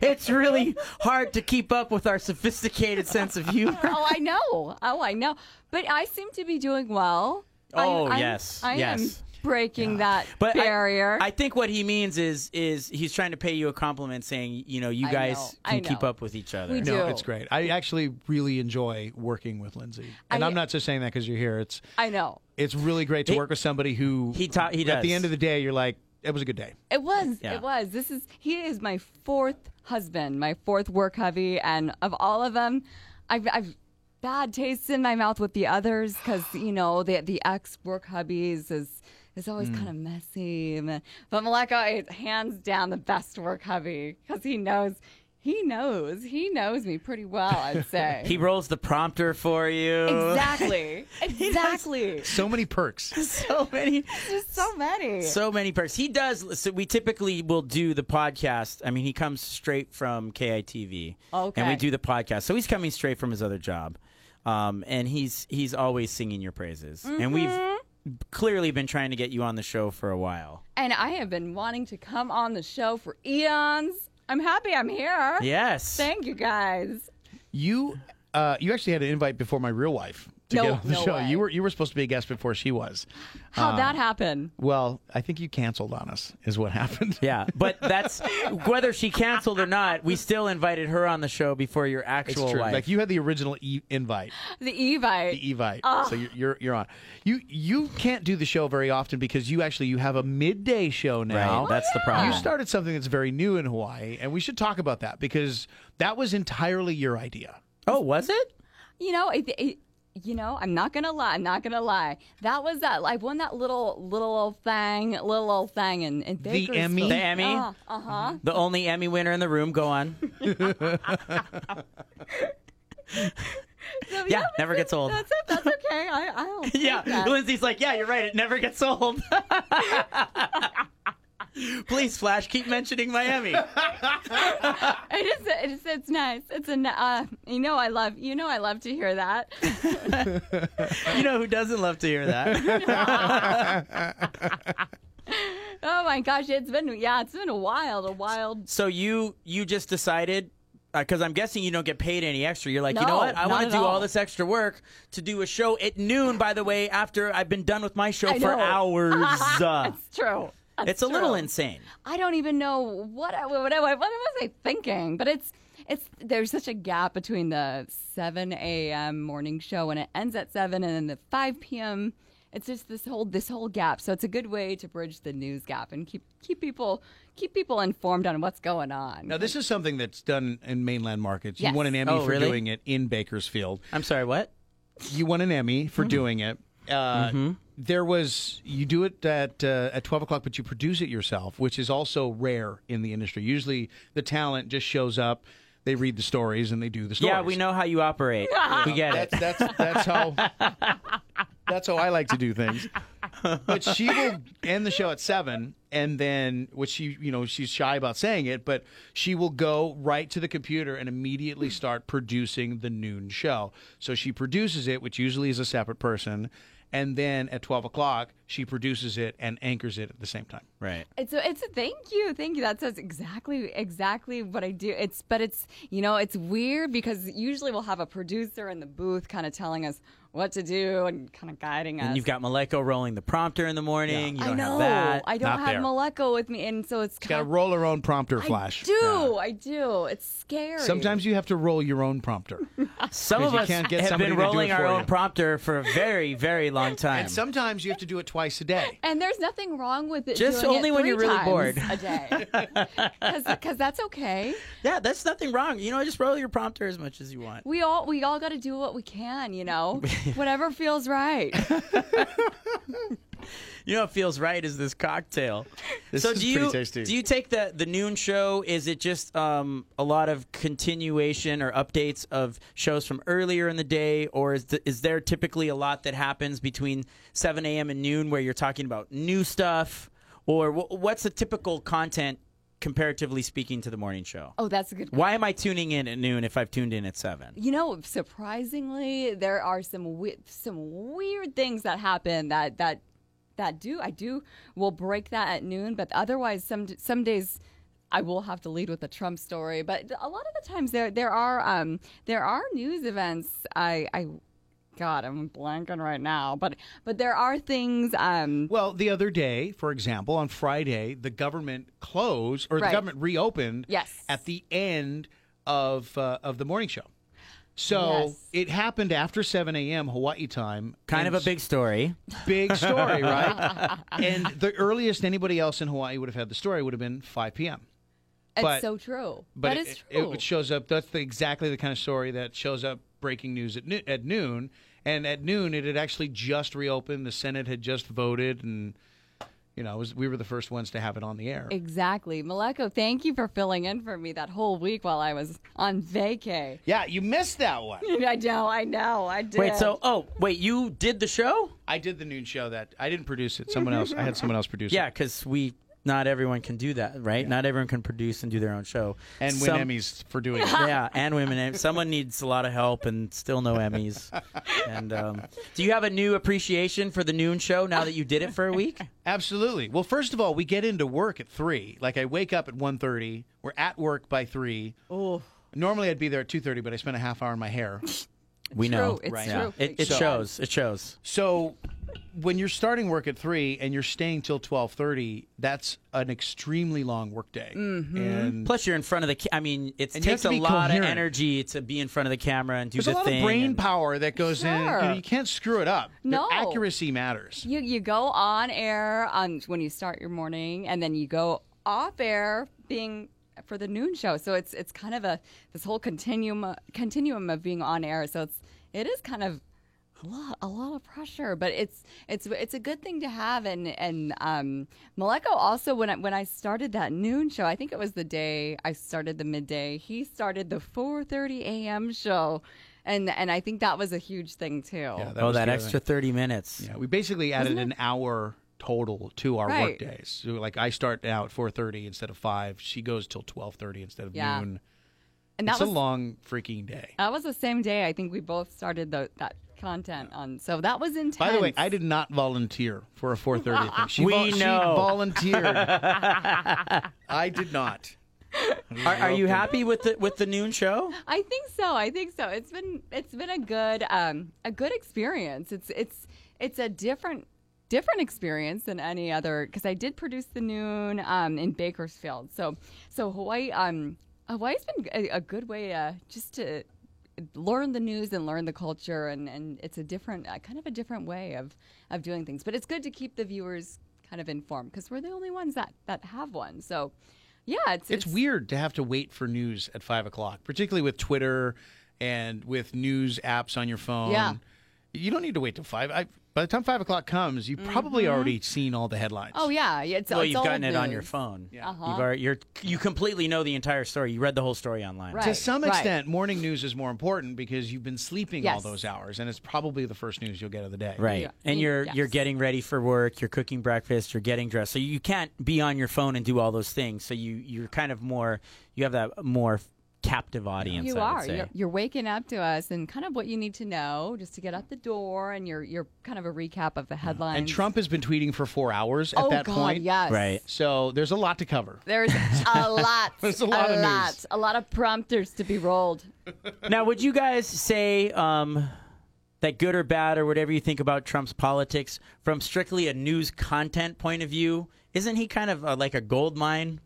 S3: it's really hard to keep up with our sophisticated sense of humor.
S4: oh, I know. Oh, I know. But I seem to be doing well. I'm-
S3: Oh,
S4: I'm-
S3: yes,
S4: I
S3: yes.
S4: am breaking that
S3: But I-
S4: barrier.
S3: I, think what he means is is he's trying to pay you a compliment, saying you know you
S4: I
S3: guys
S4: know, I
S3: can keep
S4: know.
S3: up with each other.
S4: We do.
S2: No, it's great. I actually really enjoy working with Lindsay. And
S4: I-
S2: I, am not just saying that because you're here. It's
S4: I know.
S2: it's really great to work with somebody who
S3: he ta- he
S2: at the
S3: does.
S2: end of the day you're like it was a good day.
S4: It was.
S3: Yeah.
S4: It was. This is. He is my fourth husband, my fourth work hubby, and of all of them, I've, I've bad taste in my mouth with the others because you know the the ex work hubbies is is always
S3: Mm.
S4: kind of messy. and- But Maleka is hands down the best work hubby because he knows. He knows. He knows me pretty well. I'd say.
S3: He rolls the prompter for you.
S4: exactly. Exactly.
S2: So many perks.
S3: so many,
S4: There's so many.
S3: so many perks. He does. So we typically will do the podcast. I mean, he comes straight from KITV. And we
S4: Okay.
S3: do the podcast, so he's coming straight from his other job, um, and he's he's always singing your praises. And
S4: Mm-hmm.
S3: we've clearly been trying to get you on the show for a while.
S4: and I have been wanting to come on the show for eons. I'm happy I'm here.
S3: Yes.
S4: Thank you guys.
S2: You uh, you actually had an invite before my real wife to
S4: No-
S2: get on the
S4: no
S2: show.
S4: way.
S2: You were you were supposed to be a guest before she was.
S4: How'd
S3: Uh,
S4: that happen?
S2: Well, I think you canceled on us is what happened.
S3: Yeah, but that's whether she canceled or not. We still invited her on the show before your
S2: It's
S3: actual
S2: true.
S3: wife.
S2: Like you had the original e- invite,
S4: The Evite.
S2: the
S3: E-
S2: evite.
S4: Ah.
S2: So you're, you're you're on. You you can't do the show very often because you actually you have a midday show now.
S3: Right, that's the problem.
S2: You started something that's very new in Hawaii, and we should talk about that because that was entirely your idea.
S3: oh, was it?
S4: you know, it, it, you know, I'm not gonna lie. I'm not gonna lie. That was that. I won that little little old thing, little old thing, and in, in
S2: The
S4: Bakersfield.
S2: Emmy?
S3: The Emmy,
S4: Uh huh.
S3: the only Emmy winner in the room. Go on. Yeah, never gets old.
S4: That's it. That's okay. I I'll. take
S3: Yeah,
S4: that.
S3: Lindsay's like, yeah, you're right. It never gets old. Please, Flash, keep mentioning Miami.
S4: It is. It is. It's nice. It's a. n- Uh, you know, I love. You know, I love to hear that.
S3: You know who doesn't love to hear that?
S4: Oh my gosh, it's been. Yeah, it's been a wild, a wild.
S3: So you you just decided because I'm guessing you don't get paid any extra. You're like, you know
S4: No,
S3: what? I
S4: not
S3: want to
S4: at
S3: do all.
S4: all.
S3: this extra work to do a show at noon. By the way, after I've been done with my show
S4: I
S3: for
S4: know.
S3: hours. Uh,
S4: It's true.
S3: it's a little
S4: insane.
S3: insane.
S4: I don't even know what I, what, I, what was I thinking, but it's it's there's such a gap between the 7 a.m. morning show when it ends at 7 and then the 5 p.m. it's just this whole this whole gap. So it's a good way to bridge the news gap and keep keep people keep people informed on what's going on.
S2: Now, this is something that's done in mainland markets.
S4: Yes.
S2: You won an Emmy
S3: Oh,
S2: for
S3: really?
S2: doing it in Bakersfield.
S3: I'm sorry, what?
S2: You won an Emmy
S3: Mm-hmm.
S2: for doing it. Uh, There was you do it at uh, at twelve o'clock, but you produce it yourself, which is also rare in the industry. Usually, the talent just shows up, they read the stories, and they do the stories.
S3: Yeah, we know how you operate. we get it.
S2: That's that's that's how that's how I like to do things. But she will end the show at seven, and then which she you know she's shy about saying it, but she will go right to the computer and immediately start producing the noon show. So she produces it, which usually is a separate person, and then at twelve o'clock she produces it and anchors it at the same time.
S3: Right.
S4: It's a, it's a thank you, thank you. That says exactly exactly what I do. It's but it's you know it's weird because usually we'll have a producer in the booth kind of telling us what to do and kind of guiding us.
S3: And you've got Maleko rolling the prompter in the morning.
S4: I
S3: You don't
S4: know
S3: have that.
S4: I don't
S2: Not
S4: have
S2: there.
S4: Maleko with me, and so it's
S2: Got to
S4: kind
S2: roll her own prompter
S4: I
S2: flash.
S4: do I do? It's scary.
S2: Sometimes you have to roll your own prompter.
S3: Some
S2: 'Cause
S3: of
S2: you
S3: us
S2: can't get
S3: have
S2: somebody
S3: been
S2: to do
S3: rolling
S2: it
S3: our
S2: for
S3: own
S2: you.
S3: prompter for a very, very long time.
S2: And sometimes you have to do it twice a day.
S4: And there's nothing wrong with it.
S3: Just
S4: doing it
S3: only when
S4: three
S3: you're really
S4: times
S3: bored.
S4: a day, because that's okay.
S3: yeah, that's nothing wrong. You know, just roll your prompter as much as you want.
S4: We all we all got to do what we can, you know, whatever feels right.
S3: You know, what feels right is this cocktail.
S2: This
S3: so
S2: is
S3: do you
S2: pretty tasty.
S3: do you take the the noon show? Is it just um, a lot of continuation or updates of shows from earlier in the day, or is the, is there typically a lot that happens between seven a.m. and noon where you're talking about new stuff, or wh- what's the typical content comparatively speaking to the morning show?
S4: Oh, that's a good.
S3: Why am I tuning in at noon if I've tuned in at seven?
S4: You know, surprisingly, there are some we- some weird things that happen that that that do I do will break that at noon, but otherwise some some days I will have to lead with a Trump story, but a lot of the times there there are um there are news events I I God, I'm blanking right now, but but there are things um
S2: Well, the other day, for example, on Friday, the government closed or the
S4: Right.
S2: government reopened
S4: Yes.
S2: at the end of uh, of the morning show. So
S4: Yes.
S2: it happened after 7 a.m. Hawaii time.
S3: Kind of
S2: and
S3: a big story.
S2: big story, right? and the earliest anybody else in Hawaii would have had the story would have been 5 p.m.
S4: it's
S2: but-
S4: so true.
S2: But
S4: that
S2: it,
S4: is
S2: it-
S4: true.
S2: it shows up. That's the, exactly the kind of story that shows up breaking news at, no- at noon. And at noon, it had actually just reopened. The Senate had just voted, and you know, it was, we were the first ones to have it on the air.
S4: Exactly. Maleko, thank you for filling in for me that whole week while I was on vacay.
S2: yeah, you missed that one.
S4: I know, I know, I did.
S3: Wait, so oh wait, you did the show?
S2: I did the noon show that I didn't produce it. Someone else. I had someone else produce
S3: Yeah,
S2: it.
S3: because we not everyone can do that, right? Not everyone can produce and do their own show
S2: and win
S3: Some-
S2: Emmys for doing it.
S3: Yeah, and women. Em- Someone needs a lot of help, and still no Emmys. And um, do you have a new appreciation for the noon show now that you did it for a week?
S2: Absolutely. Well, first of all, we get into work at three. Like I wake up at 1.30. We're at work by three. Oh. Normally I'd be there at two thirty, but I spent a half hour in my hair.
S3: We know,
S4: true, it's
S3: right?
S4: true.
S3: Yeah. It, it
S4: So-
S3: shows. It shows.
S2: So when you're starting work at three and you're staying till twelve thirty, that's an extremely long workday. And
S3: Plus, you're in front of the. Ca- I mean, it
S2: And you have
S3: takes
S2: to
S3: a
S2: be
S3: lot
S2: coherent.
S3: of energy to be in front of the camera and do
S2: there's
S3: the
S2: a lot
S3: thing.
S2: of brain
S3: and-
S2: power that goes in. You, know,
S4: Sure.
S2: you can't screw it up. The
S4: No.
S2: accuracy matters.
S4: you you go on air on when you start your morning, and then you go off air being for the noon show. So it's it's kind of a this whole continuum continuum of being on air. So it's it is kind of a lot, a lot of pressure, but it's it's it's a good thing to have. And and um, Maleko also when I, when I started that noon show, I think it was the day I started the midday. He started the four thirty a.m. show, and and I think that was a huge thing too.
S3: oh,
S2: was
S3: that
S2: the other-
S3: extra thirty minutes.
S2: Yeah, we basically added an hour total to our
S4: Right.
S2: work days. So like I start now at four thirty instead of five. She goes till twelve thirty instead of
S4: Yeah.
S2: noon.
S4: And that
S2: it's
S4: was
S2: a long freaking day.
S4: That was the same day. I think we both started the, that content on. So that was intense.
S2: By the way, I did not volunteer for a four thirty thing. She,
S3: We
S2: she
S3: know.
S2: volunteered. I did not.
S3: Are, are you happy with the with the noon show?
S4: I think so. I think so. It's been it's been a good um a good experience. It's it's it's a different different experience than any other because I did produce the noon um in Bakersfield. So so Hawaii um Hawaii's been a, a good way uh just to learn the news and learn the culture, and, and it's a different, uh, kind of a different way of, of doing things. But it's good to keep the viewers kind of informed because we're the only ones that, that have one. So, yeah, it's
S2: It's,
S4: it's
S2: weird to have to wait for news at five o'clock, particularly with Twitter and with news apps on your phone.
S4: Yeah.
S2: You don't need to wait till five. I, by the time five o'clock comes, you've probably already seen all the headlines.
S4: Mm-hmm. Oh yeah, yeah, it's
S3: well,
S4: it's
S3: you've
S4: old
S3: gotten it on
S4: news.
S3: your phone. Yeah.
S4: Uh-huh.
S3: You've already, you're, you completely know the entire story. You read the whole story online.
S4: Right.
S2: To some
S4: right.
S2: extent, morning news is more important because you've been sleeping all
S4: Yes.
S2: those hours, and it's probably the first news you'll get of the day.
S3: Right.
S4: Yeah.
S3: And
S4: Mm,
S3: you're
S4: yes.
S3: you're getting ready for work, you're cooking breakfast, you're getting dressed. So you can't be on your phone and do all those things. So you you're kind of more you have that more captive audience,
S4: You
S3: I would
S4: are.
S3: say.
S4: You're, you're waking up to us and kind of what you need to know just to get out the door, and you're you're kind of a recap of the headlines.
S2: And Trump has been tweeting for four hours at
S4: oh
S2: that
S4: God,
S2: point.
S4: yes,
S3: Right.
S2: So there's a lot to cover.
S4: There's a lot,
S2: There's a lot of news.
S4: lot, a lot of prompters to be rolled.
S3: Now, would you guys say um, that good or bad or whatever you think about Trump's politics from strictly a news content point of view, isn't he kind of uh, like a gold mine?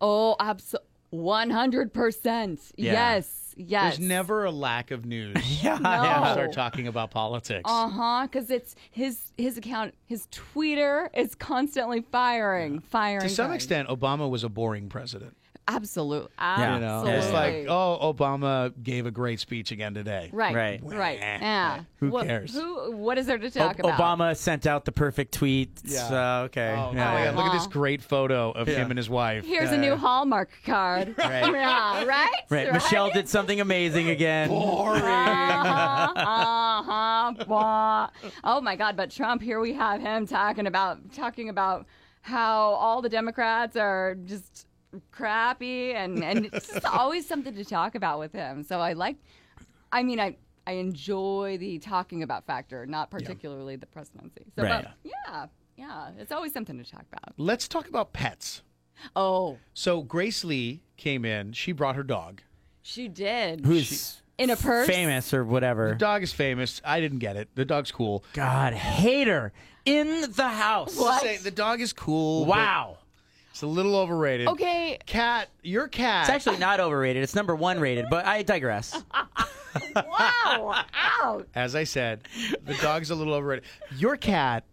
S4: Oh, absolutely, one hundred percent.
S3: Yeah.
S4: Yes, yes.
S2: There's never a lack of news. yeah.
S4: No.
S2: Start talking about politics.
S4: Uh huh. Because it's his his account, his Twitter is constantly firing, firing.
S2: to some
S4: firing.
S2: extent, Obama was a boring president.
S4: absolutely,
S3: Yeah. You know,
S4: absolutely.
S2: It's like, oh, Obama gave a great speech again today.
S4: Right.
S3: Right.
S4: Right. Yeah.
S2: Who
S4: what,
S2: cares?
S4: Who? What is there to talk
S3: O-
S4: about?
S3: Obama sent out the perfect tweet. Yeah. okay.
S2: Oh,
S3: Yeah.
S2: my God, look at this
S4: Aw.
S2: great photo of him and his wife.
S4: Here's a new Hallmark card. right. Yeah, right.
S3: uh, Right. Michelle did something amazing again.
S4: Uh-huh, uh-huh, wah. oh my God! But Trump, here we have him talking about talking about how all the Democrats are just crappy, and and it's just always something to talk about with him. So I like, I mean, I I enjoy the talking about factor, not particularly the presidency. So,
S3: Right.
S4: but yeah, yeah, it's always something to talk about.
S2: Let's talk about pets.
S4: Oh,
S2: So Grace Lee came in. She brought her dog.
S4: she did.
S3: Who's
S4: in a purse?
S3: famous or whatever?
S2: Dog is famous. I didn't get it. The dog's cool.
S3: God, hater in the house.
S4: What?
S2: Say, the dog is cool. but
S3: Wow.
S2: It's a little overrated.
S4: Okay,
S2: Cat, your cat.
S3: It's actually not overrated. It's number one rated, but I digress.
S4: wow, ouch.
S2: as I said, the dog's a little overrated. Your cat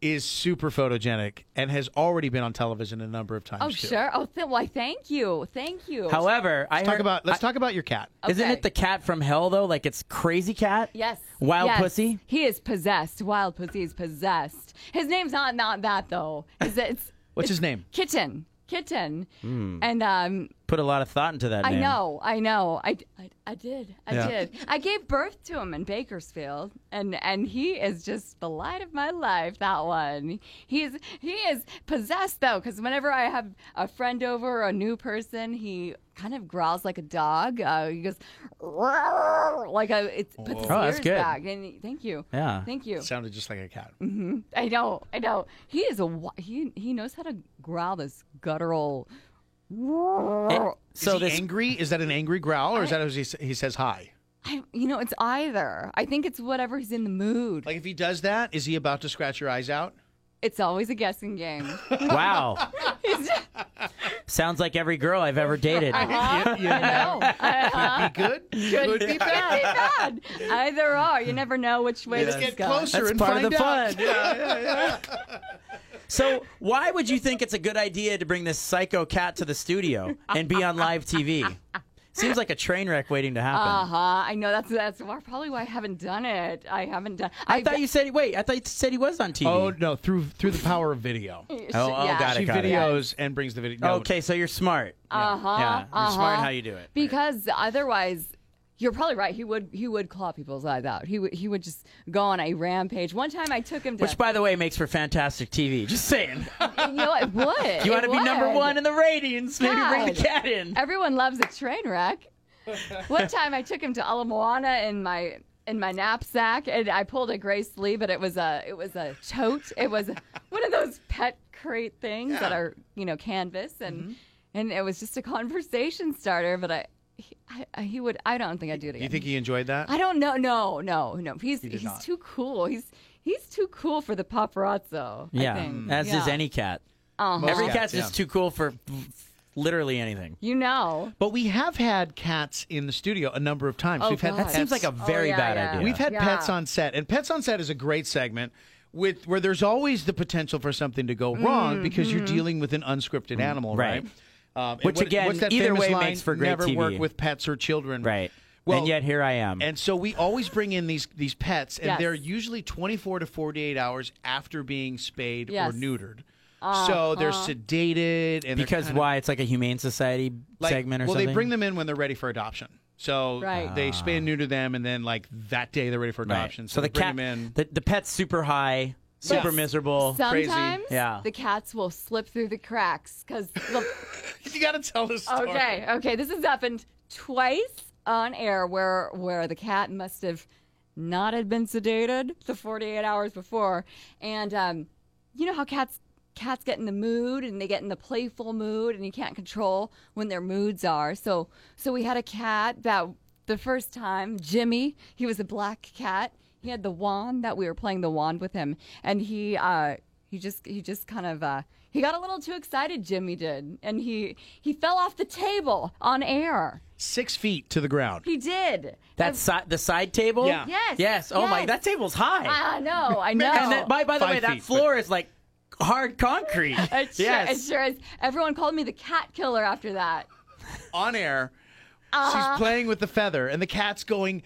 S2: is super photogenic and has already been on television a number of times.
S4: Oh,
S2: too.
S4: sure. Oh, th- why, thank you. Thank you.
S3: However, I Oh.
S2: Let's talk
S3: heard-
S2: about let's talk about your cat.
S3: Isn't
S4: Okay.
S3: it the cat from hell though? Like it's crazy cat.
S4: Yes.
S3: Wild
S4: Yes.
S3: pussy.
S4: He is possessed. Wild pussy is possessed. His name's not not that though. Is it- it's
S2: What's his name?
S4: kitten. Kitten. And um
S3: Put a lot of thought into that.
S4: I
S3: name.
S4: know, I know. I, I, I did. I
S2: Yeah.
S4: did. I gave birth to him in Bakersfield and and he is just the light of my life that one. He's he is possessed though cuz whenever I have a friend over or a new person, he kind of growls like a dog. Uh, he goes "Roar," like a it puts his
S3: Oh, that's
S4: ears
S3: good.
S4: back and he- thank you.
S3: Yeah.
S4: Thank you.
S2: Sounded just like a cat.
S4: I know, I know. He is a wi- he. He knows how to growl this guttural.
S3: It-
S2: So
S3: Eh,
S2: is
S3: so
S2: he
S3: this
S2: angry? Is that an angry growl, or is that as he, s- he says hi?
S4: I, you know, it's either. I think it's whatever he's in the mood.
S2: Like if he does that, is he about to scratch your eyes out?
S4: It's always a guessing game.
S3: wow sounds like every girl I've ever dated.
S4: Uh-huh. I know. Uh-huh.
S2: Be good. Could be
S4: Can't
S2: bad.
S4: be bad. Either or. You never know which way
S2: Let's
S4: this is
S2: get
S4: going.
S2: closer
S3: That's
S2: and
S3: part of
S2: find
S3: the
S2: out.
S3: fun. So why would you think it's a good idea to bring this psycho cat to the studio and be on live TV? Seems like a train wreck waiting to
S4: Uh
S3: happen.
S4: huh. I know that's that's why- probably why I haven't done it. I haven't done.
S3: I thought you said wait. I thought you said he was on TV.
S2: Oh no! Through through the power of video,
S4: you.
S3: Oh, oh, got
S2: she
S3: it, got it.
S2: videos and brings the video. no,
S3: Okay, so you're smart.
S4: Uh-huh,
S3: Yeah, you're smart
S4: uh-huh.
S3: how you do it.
S4: Because otherwise, you're probably right. He would he would claw people's eyes out. He would he would just go on a rampage. One time I took him to.
S3: Which, by the way, makes for fantastic TV. Just saying.
S4: you know, it would.
S3: You
S4: want to
S3: be number one in the ratings. Maybe bring the
S4: God.
S3: cat in.
S4: Everyone loves a train wreck. One time I took him to Ala Moana in my in my knapsack, and I pulled a Grace Lee, but it was a it was a tote. It was one of those pet crate things that are you know canvas, and
S2: Mm-hmm.
S4: and it was just a conversation starter. But I, he, I, I he would I don't think I'd do it again.
S2: you think he enjoyed that?
S4: I don't know. No, no, no. He's
S2: did
S4: he's
S2: not.
S4: too cool. He's he's too cool for the paparazzo. I
S3: Yeah,
S4: think.
S3: as is
S4: Yeah.
S3: any cat.
S4: Uh-huh.
S3: Every
S2: cats,
S3: cat's just
S2: yeah.
S3: too cool for literally anything.
S4: You know.
S2: But we have had cats in the studio a number of times.
S4: Oh,
S2: We've had
S4: God. That
S2: pets.
S3: Seems like a
S4: Oh,
S3: very
S4: yeah,
S3: bad
S4: yeah.
S3: idea.
S2: We've had
S4: Yeah.
S2: pets on set, and pets on set is a great segment with where there's always the potential for something to
S4: Mm-hmm.
S2: go wrong because you're dealing with an unscripted animal, right?
S3: Mm-hmm.
S2: Um,
S3: Right.
S2: and
S3: Which, again,
S2: what's that
S3: either
S2: famous
S3: way
S2: line?
S3: makes for great
S2: Never
S3: TV.
S2: work with pets or children,
S3: Right.
S2: Well,
S3: and yet here I am.
S2: And so we always bring in these these pets, and
S4: Yes.
S2: they're usually 24 to 48 hours after being spayed
S4: Yes. Uh-huh.
S2: or neutered. so they're sedated and they're
S3: because
S2: kinda-
S3: why? It's like a humane society
S2: like,
S3: segment or
S2: well,
S3: something.
S2: they bring them in when they're ready for adoption. So
S4: Right.
S2: they spay and neuter them, and then like that day they're ready for
S3: Right.
S2: adoption.
S3: So,
S2: they
S3: the
S2: bring
S3: cat,
S2: them in.
S3: The, the pet's super high, super
S4: Yes.
S3: miserable.
S2: crazy.
S4: Sometimes
S3: Yeah.
S4: the cats will slip through the cracks because the
S2: you got to tell the story.
S4: Okay, okay. This has happened twice on air where where the cat must have not had been sedated the 48 hours before, and um, you know how cats cats get in the mood and they get in the playful mood, and you can't control when their moods are. So so we had a cat that the first time Jimmy, he was a black cat. He had the wand that we were playing the wand with him, and he uh, he just he just kind of uh, he got a little too excited. Jimmy did, and he he fell off the table on air.
S2: Six feet to the ground.
S4: He did.
S3: That si- the side table?
S2: Yeah.
S4: Yes,
S3: Yes. Oh my,
S4: yes.
S3: that table's high.
S4: I know. I know.
S3: And that, by, by the
S2: Five
S3: way,
S2: feet,
S3: that
S2: but-
S3: floor is like hard concrete.
S4: it sure,
S3: yes.
S4: it sure is. Everyone called me the cat killer after that.
S2: On air,
S4: Uh-huh.
S2: she's playing with the feather, and the cat's going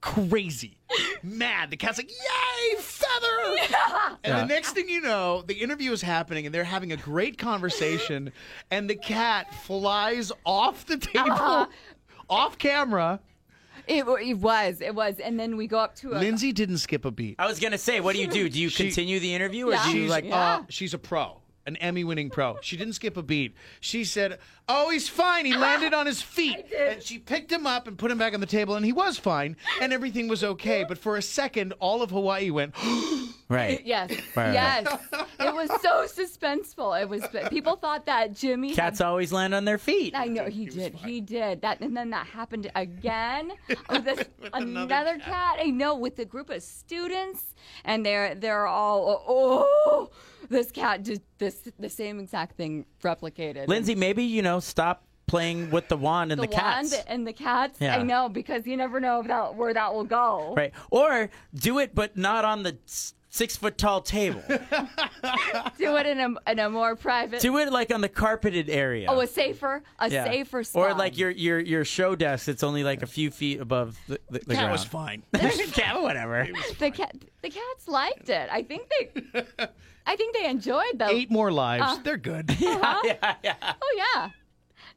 S2: crazy, mad. The cat's like, "Yay, feather!" And the next thing you know, the interview is happening, and they're having a great conversation, and the cat flies off the table,
S4: Uh-huh.
S2: off camera.
S4: It, wa- it was. It was. And then we go up to a.
S2: Lindsay didn't skip a beat.
S3: I was gonna say, what do you do? Do you continue the interview or
S4: Yeah.
S3: do you
S2: She's
S3: like?
S2: like,
S4: Yeah.
S2: uh, she's a pro, an Emmy-winning pro. She didn't skip a beat. She said, "Oh, he's fine. He landed on his feet." And she picked him up and put him back on the table, and he was fine, and everything was okay. But for a second, all of Hawaii went.
S3: Right.
S4: Yes.
S3: right,
S4: yes. It was so suspenseful. It was. People thought that Jimmy. had
S3: Cats always land on their feet.
S4: I know he, did. He did that, and then that happened again with, this, another, cat. I know with a group of students, and they're they're all oh, this cat did this the same exact thing replicated.
S3: Lindsay, maybe you know, stop playing with the wand and
S4: the,
S3: the, cats.
S4: wand and the cats.
S3: Yeah.
S4: I know because you never know about where that will go.
S3: Right. Or do it, but not on the s- six foot tall table.
S4: Do it in a in a more private,
S3: do it like on the carpeted area.
S4: oh, a safer, a
S3: Yeah.
S4: safer spot,
S3: Or like your, your your show desk that's only like a few feet above the, the, the
S2: Cat
S3: ground.
S2: was fine.
S3: yeah, whatever.
S4: the cat. The cats liked it. I think they. I think they enjoyed those.
S2: Eight more lives.
S4: Uh.
S2: They're good.
S4: Oh yeah,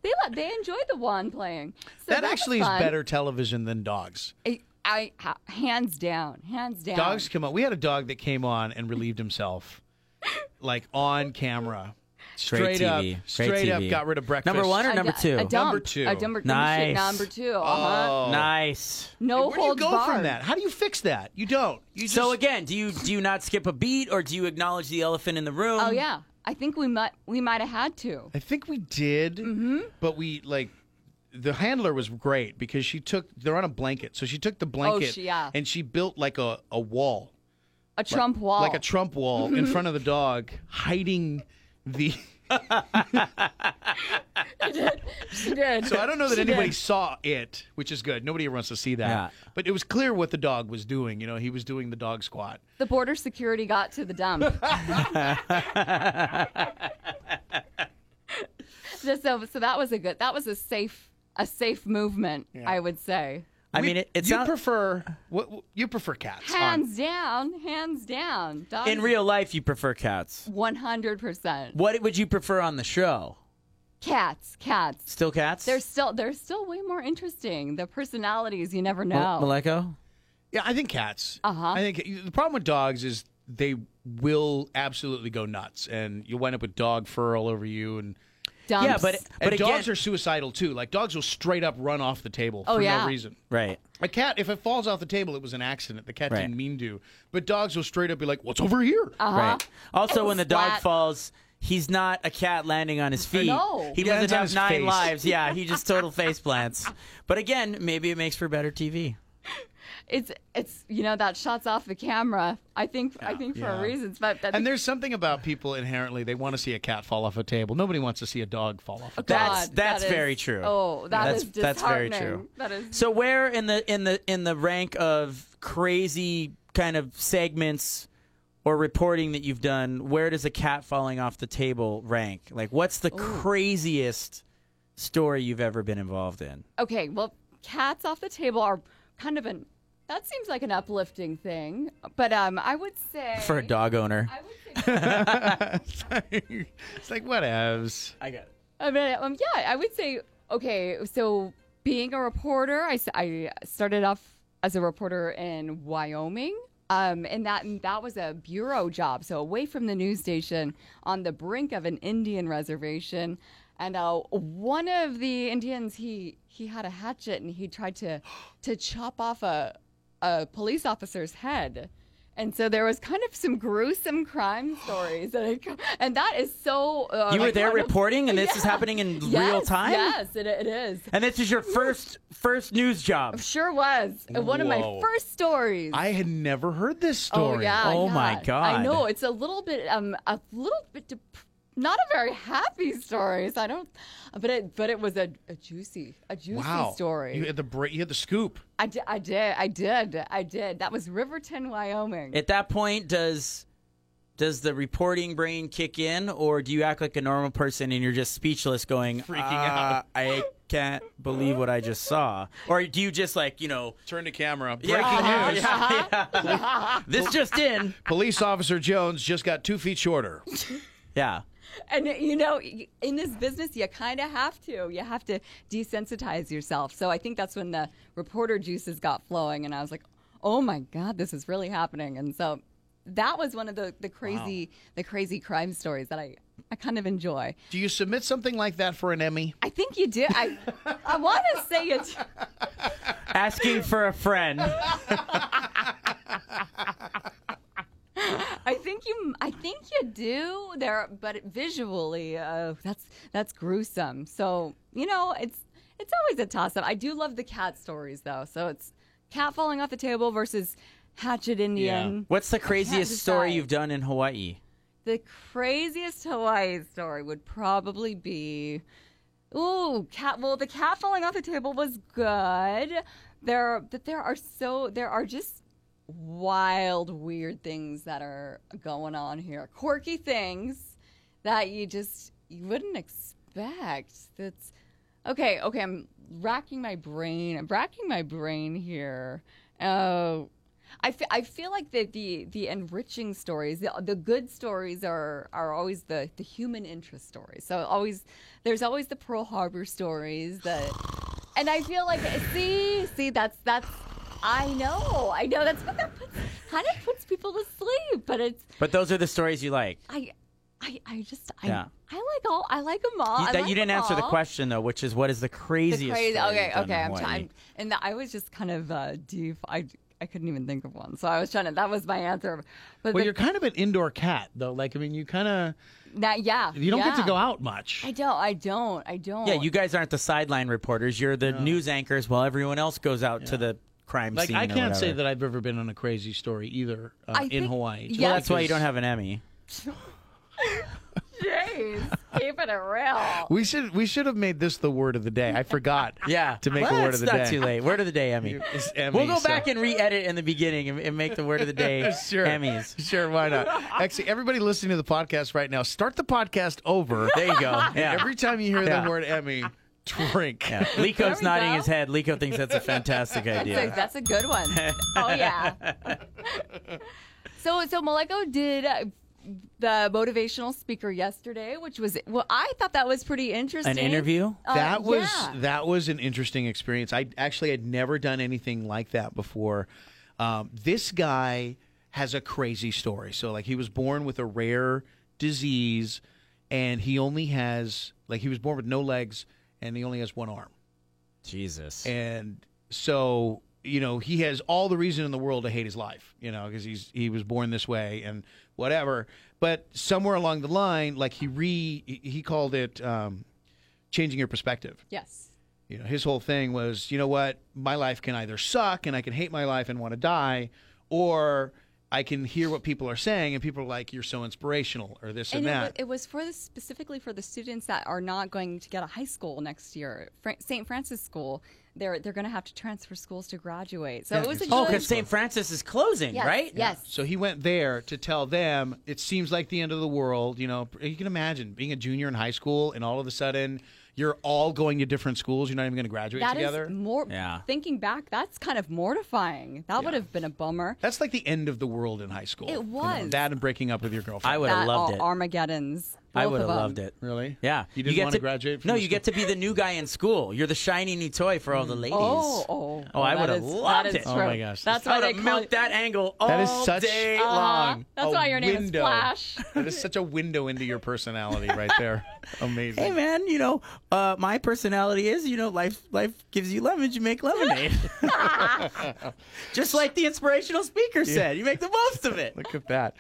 S4: they lo- they enjoyed the wand playing. So
S2: that
S4: was
S2: actually is
S4: fun.
S2: better television than dogs.
S4: I, I ha- hands down, hands down.
S2: Dogs come on. We had a dog that came on and relieved himself, like on camera.
S3: Straight
S2: Straight up,
S3: TV. Straight
S2: straight up,
S3: TV.
S2: got rid of breakfast.
S3: Number one or
S4: A
S3: number
S4: du-
S3: two?
S4: a dump,
S2: Number two. Oh.
S4: a dumper,
S3: Nice.
S4: number two. Uh-huh.
S3: nice.
S4: No
S2: Where do you
S4: holds
S2: go
S4: barred.
S2: from that? How do you fix that? You don't. You just,
S3: So again, do you do you not skip a beat or do you acknowledge the elephant in the room?
S4: Oh yeah, I think we might we might have had to.
S2: I think we did, but we like the handler was great because she took they're on a blanket, so she took the blanket
S4: she- yeah.
S2: and Oh, she built like a, a wall, Mm-hmm.
S4: A Trump wall.
S2: like a Trump wall in front of the dog, hiding the.
S4: She did.
S2: So I don't know that anybody saw it, which is good. Nobody ever wants to see that,
S3: Yeah.
S2: but it was clear what the dog was doing. You know, he was doing the dog squat.
S4: the border security got to the dump. Just so, so that was a good. That was a safe a safe movement. I would say.
S3: I
S2: We-
S3: mean, it, it's
S2: you
S3: not
S2: prefer what what- you prefer cats. on-
S4: Hands down, hands down. Dogs
S3: in real life. You prefer cats.
S4: One hundred percent.
S3: What would you prefer on the show?
S4: Cats, cats.
S3: Still cats?
S4: They're still they're still way more interesting. The personalities you never
S3: Mal-
S4: know.
S3: Maleko.
S2: Yeah, I think cats.
S4: Uh-huh.
S2: I think the problem with dogs is they will absolutely go nuts, and you wind up with dog fur all over you. And,
S4: Dumps.
S3: Yeah, but but
S2: and
S3: again,
S2: dogs are suicidal too. Like dogs will straight up run off the table
S4: Oh,
S2: for
S4: yeah.
S2: no reason.
S3: right.
S2: A cat, if it falls off the table, it was an accident. The cat
S3: Right.
S2: didn't mean to. But dogs will straight up be like, "What's over here?"
S4: Uh,
S3: Right. Also, when the dog
S4: Uh-huh. Flat.
S3: falls, he's not a cat landing on his feet.
S4: No.
S3: He
S4: Yeah,
S2: it's
S3: doesn't
S2: on
S3: have
S2: his
S3: nine
S2: face.
S3: lives. Yeah, he just total face plants. But again, maybe it makes for better TV.
S4: it's it's you know that shots off the camera. I think I think for
S2: Yeah.
S4: reasons, but that's
S2: And there's something about people inherently they want to see a cat fall off a table. Nobody wants to see a dog fall off. a table.
S3: That's-
S4: God,
S3: that's
S4: that is-
S3: very true.
S4: Oh,
S3: That's-
S4: that's
S3: that's very
S4: disheartening.
S3: true.
S4: That is
S3: So where in the in the in the rank of crazy kind of segments or reporting that you've done, where does a cat falling off the table rank? Like what's the craziest story you've ever been involved in?
S4: okay. Well, cats off the table are kind of an that seems like an uplifting thing, but um, I would say
S3: For a dog owner.
S4: I would say,
S2: it's like whatevs.
S3: I got it.
S4: I mean, um, yeah, I would say okay. So being a reporter, I, s- I started off as a reporter in Wyoming. Um, and that and that was a bureau job, so away from the news station, on the brink of an Indian reservation, and uh, one of the Indians he he had a hatchet and he tried to to chop off a a police officer's head. And so there was kind of some gruesome crime stories, that had come, and that is so. Uh,
S3: You were
S4: like,
S3: there
S4: one of-
S3: reporting and this is happening in real
S4: Yes,
S3: time?
S4: Yes, it, it is.
S3: And this is your first first news job.
S4: Sure was. One of
S2: Whoa.
S4: my first stories.
S2: I had never heard this
S4: oh
S2: story.
S4: yeah.
S3: Oh,
S4: yeah.
S3: my God.
S4: I know it's a little bit um a little bit dep- not a very happy story. So I don't but it but it was a, a juicy a juicy
S2: Wow.
S4: story.
S2: You had the bra- you had the scoop.
S4: I, di- I did I did I did. That was Riverton, Wyoming.
S3: At that point does does the reporting brain kick in or do you act like a normal person and you're just speechless going freaking
S2: out.
S3: I can't believe what I just saw. Or do you just like, you know,
S2: Turn to camera. Breaking
S3: yeah,
S2: news.
S3: yeah, yeah. this just in.
S2: Police officer Jones just got two feet shorter.
S3: Yeah.
S4: And you know, y- in this business, you kind of have to. You have to desensitize yourself. So I think that's when the reporter juices got flowing, and I was like, "Oh my God, this is really happening!" And so that was one of the the crazy the crazy crime stories that I I kind of enjoy.
S2: Do you submit something like that for an Emmy?
S4: I think you do. I I want to say it.
S3: Asking for a friend.
S4: I think you. I think you do there, but visually, uh, that's that's gruesome. So you know, it's it's always a toss up. I do love the cat stories though. So it's cat falling off the table versus hatchet Indian.
S3: What's the craziest story
S4: decide.
S3: you've done in Hawaii?
S4: The craziest Hawaii story would probably be, ooh, cat. Well, the cat falling off the table was good. There, but there are so there are just wild, weird things that are going on here. Quirky things that you just you wouldn't expect. That's okay. Okay, I'm racking my brain. I'm racking my brain here. Oh. I fe- I feel like the, the, the enriching stories, the, the good stories are, are always the, the human interest stories. So always, there's always the Pearl Harbor stories. The, and I feel like see see that's that's I know I know that's what that puts, kind of puts people to sleep. But it's
S3: But those are the stories you like.
S4: I I, I just I,
S3: Yeah.
S4: I like all I like them all.
S3: You,
S4: I
S3: that
S4: like
S3: you didn't
S4: 'em
S3: answer the
S4: Uh, all.
S3: question though, which is what is the craziest?
S4: The crazy.
S3: story
S4: Okay,
S3: you've done
S4: okay.
S3: in
S4: I'm
S3: Hawaii?
S4: trying, and I was just kind of uh, deep. I I couldn't even think of one, so I was trying to. That was my answer. But
S2: Well,
S4: the-
S2: you're kind of an indoor cat, though. Like, I mean, you kind of
S4: that, yeah,
S2: you don't get to
S4: yeah.
S2: go out much.
S4: I don't. I don't. I don't.
S3: Yeah, you guys aren't the sideline reporters. You're the news anchors while everyone else goes out to the crime
S2: like,
S3: scene.
S2: I
S3: or
S2: can't say
S3: whatever.
S2: that I've ever been on a crazy story either uh,
S4: I
S2: in
S4: think-
S2: Hawaii.
S4: yeah.
S3: Well, that's why you
S2: because-
S3: don't have an Emmy.
S4: Jeez, keeping it real.
S2: We should we should have made this the word of the day. I forgot.
S3: Yeah,
S2: to make a
S3: Well,
S2: word of the
S3: it's not
S2: day.
S3: too late. Word of the day, Emmy.
S2: It's Emmy,
S3: We'll go
S2: so-
S3: back and re-edit in the beginning and, and make the word of the day
S2: sure.
S3: Emmys.
S2: Sure, why not? Actually, everybody listening to the podcast right now, start the podcast over.
S3: There you go. Yeah.
S2: Every time you hear
S3: Yeah.
S2: the word Emmy, drink.
S3: yeah.
S4: There
S3: Lico's
S4: we
S3: nodding
S4: go.
S3: his head. Lico thinks that's a fantastic
S4: That's, a,
S3: idea.
S4: that's a good one. oh yeah. so so Maleko did uh, the motivational speaker yesterday, which was well, I thought that was pretty interesting.
S3: An interview?
S4: Uh,
S2: that was
S4: yeah.
S2: that was an interesting experience. I actually had never done anything like that before. Um, this guy has a crazy story. So like he was born with a rare disease, and he only has like he was born with no legs, and he only has one arm.
S3: Jesus.
S2: And so, you know, he has all the reason in the world to hate his life, you know, because he's he was born this way and whatever. But somewhere along the line, like he re he he called it um, changing your perspective
S4: yes.
S2: you know, his whole thing was, you know what, my life can either suck and I can hate my life and want to die, or I can hear what people are saying and people are like, you're so inspirational or this and,
S4: and it
S2: that.
S4: was, it was for the specifically for the students that are not going to get a high school next year, Fra- St. Francis School. They're they're going to have to transfer schools to graduate. So it was a
S3: Oh,
S4: good,
S3: because St. Francis is closing,
S4: yes,
S3: right?
S4: Yes.
S2: so he went there to tell them it seems like the end of the world. You know, you can imagine being a junior in high school and all of a sudden you're all going to different schools. You're not even going to graduate
S4: That is
S2: together.
S4: more.
S3: Yeah.
S4: Thinking back, that's kind of mortifying. That would have been a bummer.
S2: That's like the end of the world in high school.
S4: It
S2: You know,
S4: was.
S2: that and breaking up with your girlfriend.
S3: I would have
S4: that
S3: loved
S4: all
S3: it.
S4: Armageddon's.
S3: I
S4: both
S3: would
S4: of
S3: have
S4: them.
S3: loved it.
S2: Really?
S3: Yeah.
S2: You didn't
S3: get
S2: want to graduate? From
S3: no,
S2: the
S3: you
S2: school?
S3: get to be the new guy in school. You're the shiny new toy for all the ladies.
S4: Oh, oh,
S3: Oh, I
S4: that
S3: would've
S4: is- that
S3: loved
S4: is
S3: it.
S4: true.
S2: Oh my gosh.
S4: That's
S3: I
S4: why
S3: would
S4: they
S3: have
S4: call
S3: milked
S4: it,
S3: that angle all
S2: That is such-
S3: day
S4: Uh-huh.
S3: long.
S4: That's
S2: A
S4: why your name
S2: window.
S4: is Flash.
S2: That is such a window into your personality right there. Amazing.
S3: Hey man, you know, uh, my personality is, you know, life life gives you lemons, you make lemonade. Just like the inspirational speaker said, you make the most of it.
S2: Look at that.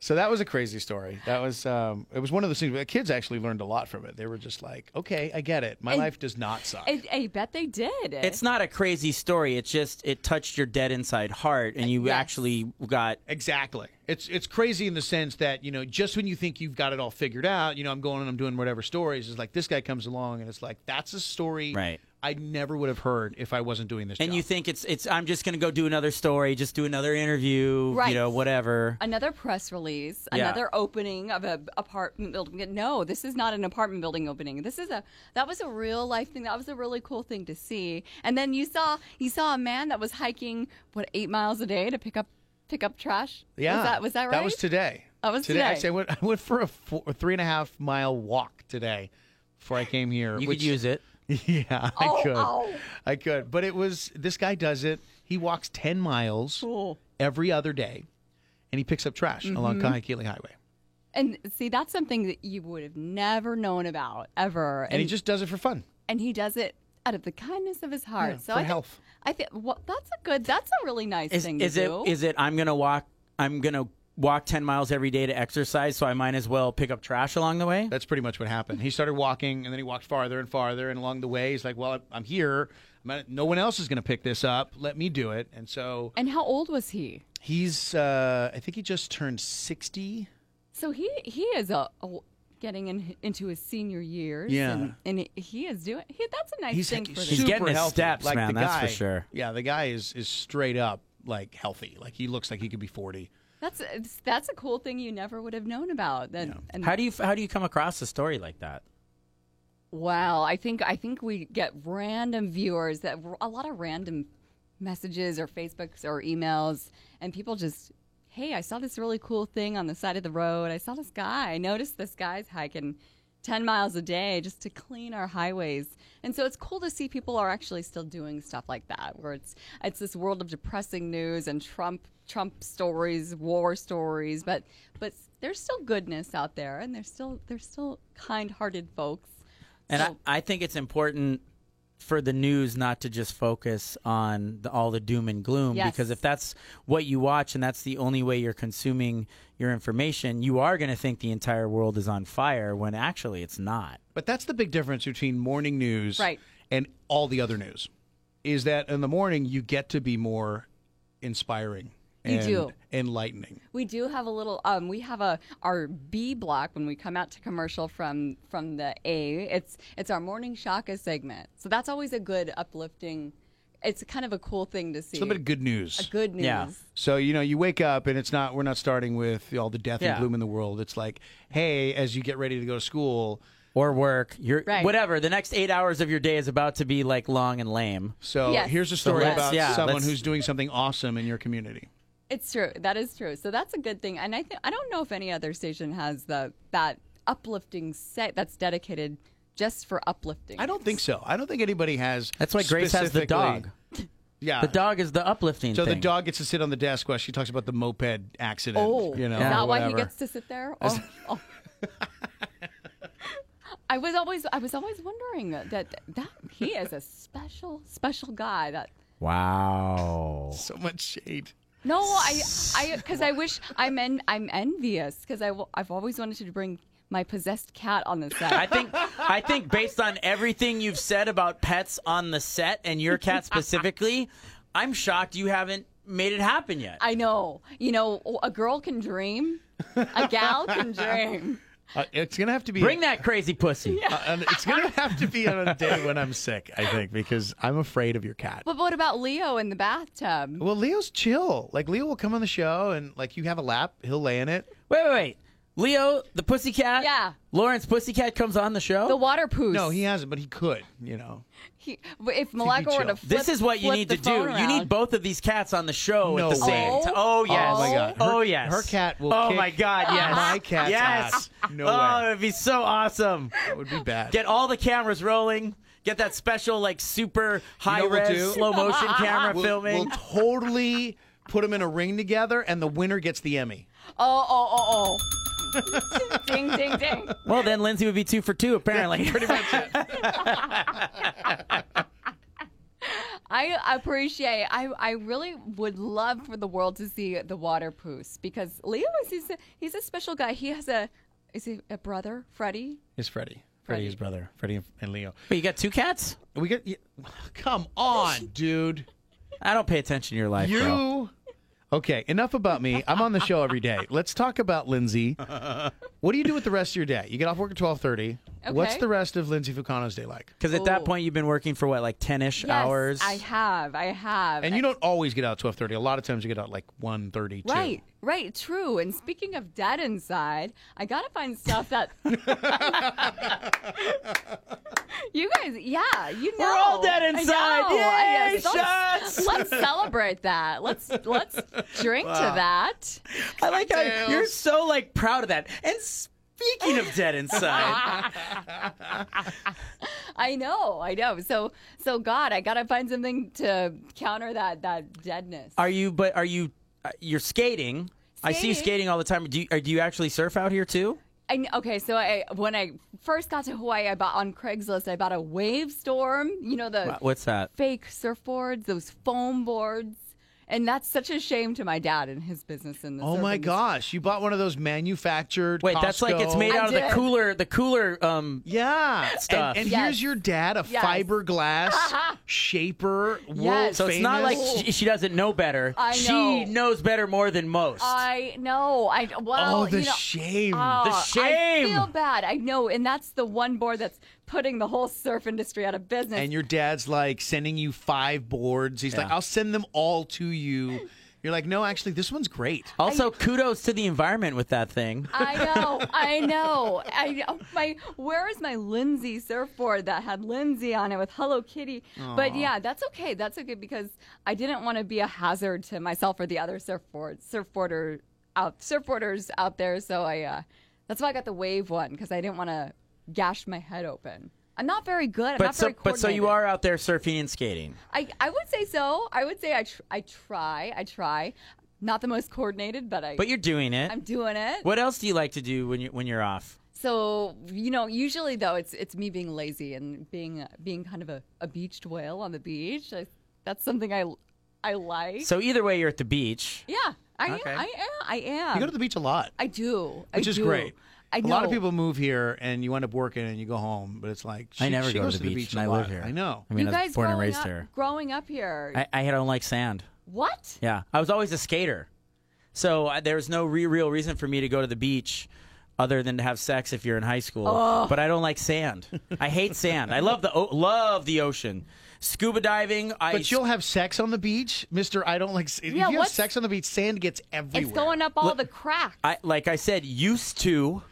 S2: So that was a crazy story. That was um, it was one of those things. The kids actually learned a lot from it. They were just like, okay, I get it. My
S4: And-
S2: life does not suck.
S4: I, I bet they did.
S3: It's not a crazy story. It's just it touched your dead inside heart, and you
S4: Yes.
S3: actually got
S2: Exactly. It's it's crazy in the sense that you know just when you think you've got it all figured out, you know I'm going and I'm doing whatever stories. It's like this guy comes along and it's like that's a story
S3: Right.
S2: I never would have heard if I wasn't doing this.
S3: and
S2: job.
S3: you think it's it's I'm just gonna go do another story, just do another interview,
S4: Right.
S3: you know, whatever.
S4: another press release,
S3: Yeah.
S4: another opening of a apartment building. No, this is not an apartment building opening. This is a that was a real life thing. That was a really cool thing to see. And then you saw you saw a man that was hiking what eight miles a day to pick up pick up trash.
S2: yeah
S4: was that was that right?
S2: That was today.
S4: That was
S2: today.
S4: today.
S2: Actually, I went I went for a four, a three and a half mile walk today before I came here.
S3: You
S2: which,
S3: could use it.
S2: Yeah,
S4: Oh,
S2: I could.
S4: oh.
S2: I could. But it was this guy does it. He walks ten miles
S4: cool.
S2: every other day, and he picks up trash along
S4: Mm-hmm.
S2: Kahekili Highway.
S4: And see, that's something that you would have never known about ever.
S2: And he just does it for fun.
S4: and he does it out of the kindness of his heart.
S2: Yeah, for
S4: so I think,
S2: health.
S4: I think well, that's a good. That's a really nice
S3: Is,
S4: thing
S3: is
S4: to
S3: it
S4: do.
S3: is it I'm gonna walk I'm gonna walk ten miles every day to exercise, so I might as well pick up trash along the way?
S2: That's pretty much what happened. He started walking, and then he walked farther and farther, and along the way, he's like, "Well, I'm here. I'm not, no one else is going to pick this up. Let me do it." And so
S4: and how old was he?
S2: he's, uh, I think he just turned sixty.
S4: So he he is a, a- getting in, into his senior years.
S2: Yeah.
S4: and, and he is doing. He, that's a nice
S2: He's
S4: thing
S2: he-
S4: for
S2: super
S4: this.
S3: He's getting his
S2: healthy.
S3: steps,
S2: like
S3: man,
S2: The
S3: that's for
S2: guy,
S3: sure.
S2: Yeah, the guy is is straight up like healthy. Like he looks like he could be forty.
S4: That's it's- that's a cool thing you never would have known about. Then and
S3: How do you how do you come across a story like that?
S4: wow, I think I think we get random viewers that a lot of random messages or Facebooks or emails, and people just. Hey, I saw this really cool thing on the side of the road. I saw this guy. I noticed this guy's hiking 10 miles a day just to clean our highways. And so it's cool to see people are actually still doing stuff like that where it's it's this world of depressing news and Trump Trump stories, war stories, but but there's still goodness out there and there's still there's still kind-hearted folks.
S3: And
S4: So-
S3: I, I think it's important for the news not to just focus on the, all the doom and gloom
S4: Yes.
S3: because if that's what you watch and that's the only way you're consuming your information, you are going to think the entire world is on fire when actually it's not.
S2: But that's the big difference between morning news
S4: Right.
S2: and all the other news is that in the morning you get to be more inspiring
S4: You
S2: and
S4: do.
S2: enlightening.
S4: We do have a little. Um, we have a our B block when we come out to commercial from from the A. It's it's our morning shaka segment. So that's always a good uplifting. It's kind of a cool thing to see.
S2: It's a little bit of good news.
S4: good news.
S3: Yeah.
S2: So you know, you wake up and it's not. We're not starting with all the death
S3: Yeah.
S2: and gloom in the world. It's like, hey, as you get ready to go to school.
S3: Or work, you're
S4: Right.
S3: whatever. The next eight hours of your day is about to be like long and lame.
S2: So
S4: Yes.
S2: here's a story
S3: let's-
S2: about
S3: yeah,
S2: someone
S3: let's-
S2: who's doing something awesome in your community.
S4: It's true. That is true. So that's a good thing. And I think I don't know if any other station has the that uplifting set that's dedicated just for uplifting.
S2: I don't think so. I don't think anybody has.
S3: That's why Grace has the
S2: specifically-
S3: dog.
S2: Yeah,
S3: The dog is the uplifting.
S2: So the
S3: thing.
S2: dog gets to sit on the desk while she talks about the moped accident.
S4: Oh,
S2: you know,
S4: is that
S2: or
S4: why he
S2: whatever.
S4: gets to sit there? Oh, oh. I was always I was always wondering that that, that he is a special special guy. That
S3: Wow.
S2: so much shade.
S4: no, I I because I wish I'm en, I'm envious because I have always wanted to bring my possessed cat on the set.
S3: I think I think based on everything you've said about pets on the set and your cat specifically, I'm shocked you haven't made it happen yet.
S4: I know. You know, a girl can dream. A gal can dream.
S2: Uh, it's gonna have to be
S3: Bring that crazy pussy.
S2: uh, and it's gonna have to be on a day when I'm sick, I think, because I'm afraid of your cat.
S4: But what about Leo in the bathtub?
S2: Well, Leo's chill. Like Leo will come on the show and like you have a lap, he'll lay in it.
S3: Wait, wait, wait. Leo, the pussycat.
S4: Yeah.
S3: Lawrence Pussycat comes on the show.
S4: The water poos.
S2: No, he hasn't, but he could, you know.
S4: He- if Malika were to
S2: chill.
S4: flip,
S3: this is what you
S4: flip
S3: need
S4: the
S3: to do.
S4: phone
S3: You
S4: around-
S3: need both of these cats on the show
S2: No
S3: at the
S2: way.
S3: same time.
S4: Oh.
S3: Oh yes.
S4: Oh my God.
S2: Her-
S3: oh yes.
S2: her cat will
S3: Oh
S2: kick
S3: my god. Yes.
S2: my cat's
S3: yes.
S2: ass. No
S3: oh,
S2: way.
S3: it'd be so awesome.
S2: That would be bad.
S3: Get all the cameras rolling. Get that special like super high
S2: what we'll
S3: res
S2: do?
S3: slow motion camera
S2: we'll,
S3: filming.
S2: we'll totally put them in a ring together, and the winner gets the Emmy.
S4: Oh, oh, oh, oh. ding, ding, ding.
S3: Well, then Lindsay would be two for two, apparently.
S4: I appreciate. I I really would love for the world to see the water poos because Leo is he's a, he's a special guy. He has a is he a brother, Freddie?
S2: Is Freddie? Freddie's brother, Freddie and Leo.
S3: but you got two cats?
S2: We get. y- Come on, dude.
S3: I don't pay attention to your life, bro.
S2: You. Okay, enough about me. I'm on the show every day. Let's talk about Lindsay. What do you do with the rest of your day? You get off work at 12:30. What's
S4: Okay.
S2: the rest of Lindsay Fucano's day like?
S3: Because at that
S4: Ooh.
S3: point, you've been working for what, like 10 ish hours?
S4: Oh. I have. I have.
S2: And you don't always get out at 12:30. A lot of times you get out like 1:30. too.
S4: Right, right, true. And speaking of dead inside, I gotta find stuff that you guys, yeah, you know,
S3: We're all dead
S4: I
S3: inside.
S4: know. I-
S3: Yay,
S4: let's-
S3: shots!
S4: Let's celebrate that. Let's let's drink to that.
S3: I like how
S2: Tails.
S3: you're so like proud of that. And speaking of dead inside,
S4: I know, I know. So so God, I gotta find something to counter that that deadness.
S3: are you? But are you? Uh, you're skating. I see you
S4: Skating.
S3: skating all the time. Do you, are, do you actually surf out here too?
S4: I, kn- okay, so I when I first got to Hawaii, I bought on Craigslist. I bought a Wave Storm. You know the
S3: Wha- What's that?
S4: fake surfboards, those foam boards. And that's such a shame to my dad and his business in the
S2: Oh
S4: surf
S2: my
S4: industry.
S2: gosh, you bought one of those manufactured
S3: Wait, that's like it's
S2: Costco-
S3: made
S4: I
S3: out of
S4: did.
S3: the cooler. The cooler. Um.
S2: Yeah.
S3: Stuff.
S2: And, and
S4: Yes.
S2: here's your dad, a
S4: Yes.
S2: fiberglass shaper, world
S4: Yes.
S3: So it's not like
S2: famous-
S3: she, she doesn't know better.
S4: I
S3: She
S4: know.
S3: knows better more than most.
S4: I know. I well,
S2: oh, the
S4: you know,
S2: shame.
S4: oh,
S3: shame.
S4: I feel bad. I know, and that's the one board that's putting the whole surf industry out of business.
S2: and your dad's like sending you five boards. He's like,
S3: Yeah.
S2: I'll send them all to you. You're like, no, actually, this one's great.
S3: also, kudos to the environment with that thing.
S4: I know, I know, I know. My where is my Lindsay surfboard that had Lindsay on it with Hello Kitty? But yeah, that's okay. That's okay because I didn't want to be a hazard to myself or the other surfboard surfboarder out surfboarders out there. So I uh, that's why I got the wave one because I didn't want to gash my head open. I'm not very good. I'm
S3: But
S4: not
S3: so,
S4: very
S3: but so you
S4: coordinated.
S3: are out there surfing and skating.
S4: I, I would say so. I would say I tr- I try. I try. Not the most coordinated, but I
S3: But you're doing it.
S4: I'm doing it.
S3: What else do you like to do when you when you're off?
S4: So you know, usually though, it's it's me being lazy and being being kind of a, a beached whale on the beach. I, that's something I I like.
S3: So either way, you're at the beach.
S4: yeah, I
S3: Okay.
S4: am. I am. I am.
S2: You go to the beach a lot,
S4: I do. I
S2: which is
S4: do.
S2: great.
S4: I
S2: A
S4: know.
S2: lot of people move here and you end up working and you go home, but it's like, she,
S3: I never
S2: she
S3: go
S2: goes
S3: to the beach,
S2: a
S3: and I
S2: lot.
S3: live here.
S2: I know.
S3: I mean,
S4: you
S3: I
S4: guys
S3: was born and
S4: growing
S3: raised
S4: up,
S3: here.
S4: Growing up here.
S3: I, I don't like sand.
S4: what?
S3: Yeah, I was always a skater, so I, there was no re- real reason for me to go to the beach, other than to have sex if you're in high school.
S4: Oh.
S3: But I don't like sand. I hate sand. I love the o- love the ocean. Scuba diving. I
S2: But you'll have sex on the beach, Mister. I don't like. s- If
S4: Yeah,
S2: you have
S4: what's-
S2: sex on the beach, sand gets everywhere.
S4: It's going up all the cracks.
S3: I like I said used to.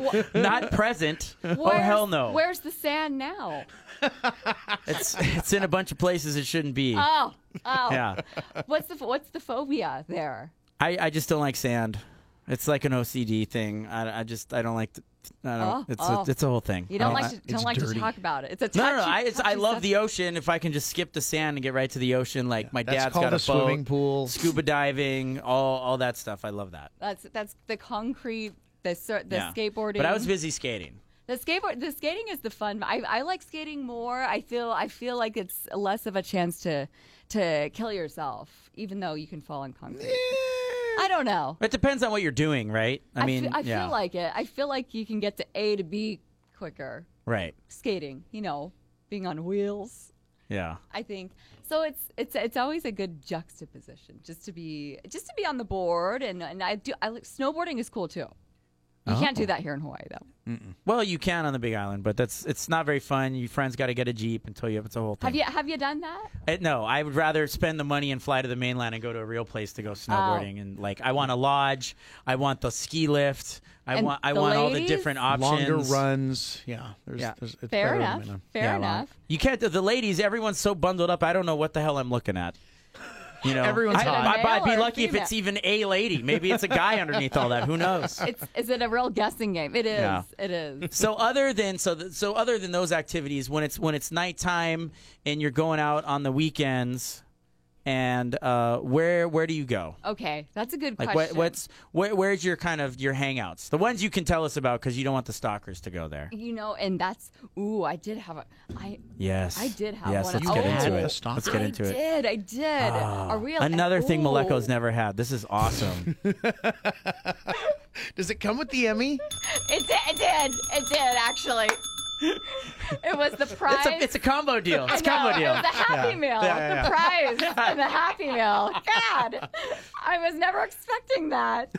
S3: Not present. oh
S4: Where's-
S3: hell no!
S4: Where's the sand now?
S3: It's it's in a bunch of places it shouldn't be.
S4: Oh, oh.
S3: yeah,
S4: What's the what's the phobia there?
S3: I, I just don't like sand. It's like an OCD thing. I, I just I don't like. th- I don't.
S4: Oh,
S3: it's
S4: oh.
S3: A, it's a whole thing.
S4: You
S3: I
S4: don't like to,
S3: I-
S4: don't like
S2: dirty.
S4: to talk about it. It's a touchy,
S3: no, no, no. I, it's, I
S4: touchy
S3: love
S4: subject.
S3: the ocean. If I can just skip the sand and get right to the ocean, like my
S2: That's
S3: dad's
S2: called
S3: got
S2: a
S3: a,
S2: swimming
S3: boat,
S2: pool.
S3: scuba diving, all all that stuff. I love that.
S4: That's that's the concrete, the sur- the
S3: Yeah.
S4: skateboarding.
S3: But I was busy skating.
S4: the skateboard. The skating is the fun. I, I like skating more. I feel I feel like it's less of a chance to to kill yourself, even though you can fall on concrete. I don't know.
S3: It depends on what you're doing, right? I mean,
S4: fe- I
S3: yeah,
S4: feel like it. I feel like you can get to A to B quicker
S3: right?
S4: skating. You know, being on wheels.
S3: Yeah,
S4: I think so. It's it's it's always a good juxtaposition just to be just to be on the board and and I do I like snowboarding is cool too. You can't
S3: Oh.
S4: do that here in Hawaii though.
S3: Well, you can on the Big Island, but that's it's not very fun. Your friends got to get a jeep and tow you up. It's a whole thing.
S4: Have you have you done that?
S3: Uh, no, I would rather spend the money and fly to the mainland and go to a real place to go
S4: Oh.
S3: snowboarding. And like, I want a lodge. I want the ski lift. I
S4: And
S3: want I
S4: the
S3: want all the
S4: ladies?
S3: different options.
S2: Longer runs. Yeah. There's,
S3: Yeah.
S2: There's, it's
S4: Fair
S2: better than
S4: enough.
S2: minimum.
S4: Fair
S3: Yeah, well,
S4: enough.
S3: You can't. The ladies, everyone's so bundled up. I don't know what the hell I'm looking at. You know,
S2: Everyone's
S3: I,
S2: hot.
S3: I, would
S4: Male
S3: be
S4: or
S3: lucky if it's even a lady. Maybe it's a guy underneath all that. Who knows?
S4: It's is it a real guessing game? It is.
S3: Yeah.
S4: It is.
S3: So other than so th- so other than those activities, when it's when it's nighttime and you're going out on the weekends, and uh, where where do you go?
S4: Okay, that's a good
S3: Like
S4: question.
S3: what, what's where, where's your kind of your hangouts? The ones you can tell us about because you don't want the stalkers to go there.
S4: you know, and that's ooh, I did have a I
S3: Yes,
S4: I did have
S3: yes,
S4: one. Oh,
S3: Let's
S4: You
S3: get
S4: had
S3: into
S2: the
S3: it.
S2: stalker.
S3: Let's get
S4: I
S3: into it.
S4: did,
S3: Ah,
S4: I did. a real
S3: Another thing
S4: ooh.
S3: Maleko's never had. This is awesome.
S2: Does it come with the Emmy?
S4: It did. It did. It did actually. it was the prize.
S3: it's, a, it's a combo deal. It's a
S4: No,
S3: combo
S4: It was
S3: deal.
S4: the Happy Meal, the prize, and the Happy Meal. God, I was never expecting that.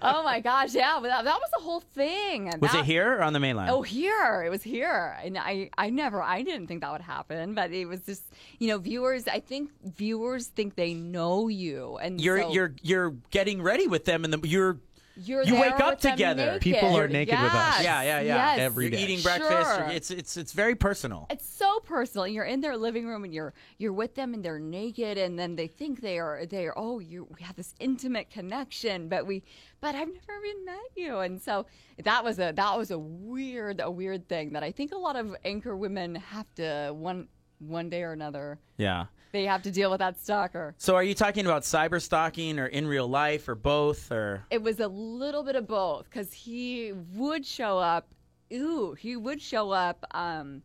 S4: oh my gosh, yeah, well, that, that was the whole thing. And
S3: Was
S4: that-
S3: it here or on the mainland?
S4: Oh, here it was here, and I, I never, I didn't think that would happen, but it was just, you know, viewers. I think viewers think they know you, and
S3: you're
S4: so
S3: you're you're getting ready with them, and the, you're
S4: you're
S3: you
S4: there
S3: wake up
S4: with them
S3: together.
S4: naked.
S2: People are naked with us.
S4: Yes,
S3: yeah yeah yeah
S4: yes.
S2: Every
S3: you're
S2: day.
S3: eating breakfast.
S4: Sure.
S3: It's it's it's very personal.
S4: it's so personal. You're in their living room and you're you're with them and they're naked and then they think they are they are oh you we have this intimate connection but we but I've never even met you and so that was a that was a weird a weird thing that I think a lot of anchor women have to one one day or another
S3: Yeah.
S4: they have to deal with that stalker.
S3: So are you talking about cyber stalking or in real life or both or?
S4: It was a little bit of both because he would show up. Ooh, he would show up. Um,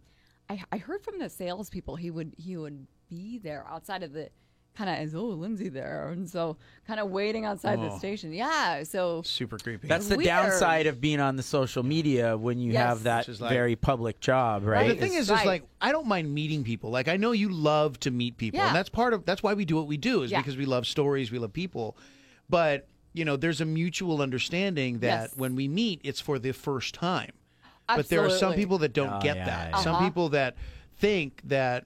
S4: I, I heard from the salespeople he would he would be there outside of the kind of is oh Lindsay there and so kind of waiting outside
S2: Oh.
S4: the station. Yeah, so
S2: Super creepy.
S3: That's the
S4: Weird.
S3: downside of being on the social media when you
S4: Yes.
S3: have that
S2: Which is like-
S3: very public job, right?
S2: the thing
S4: It's
S2: is, is
S4: right.
S2: like I don't mind meeting people. Like I know you love to meet people,
S4: Yeah.
S2: and that's part of that's why we do what we do is
S4: Yeah.
S2: because we love stories, we love people. But you know, there's a mutual understanding that
S4: Yes.
S2: when we meet, it's for the first time. But
S4: absolutely.
S2: there are some people that don't
S3: Oh,
S2: get
S3: yeah,
S2: that.
S3: yeah,
S2: Some
S4: Uh-huh.
S2: people that think that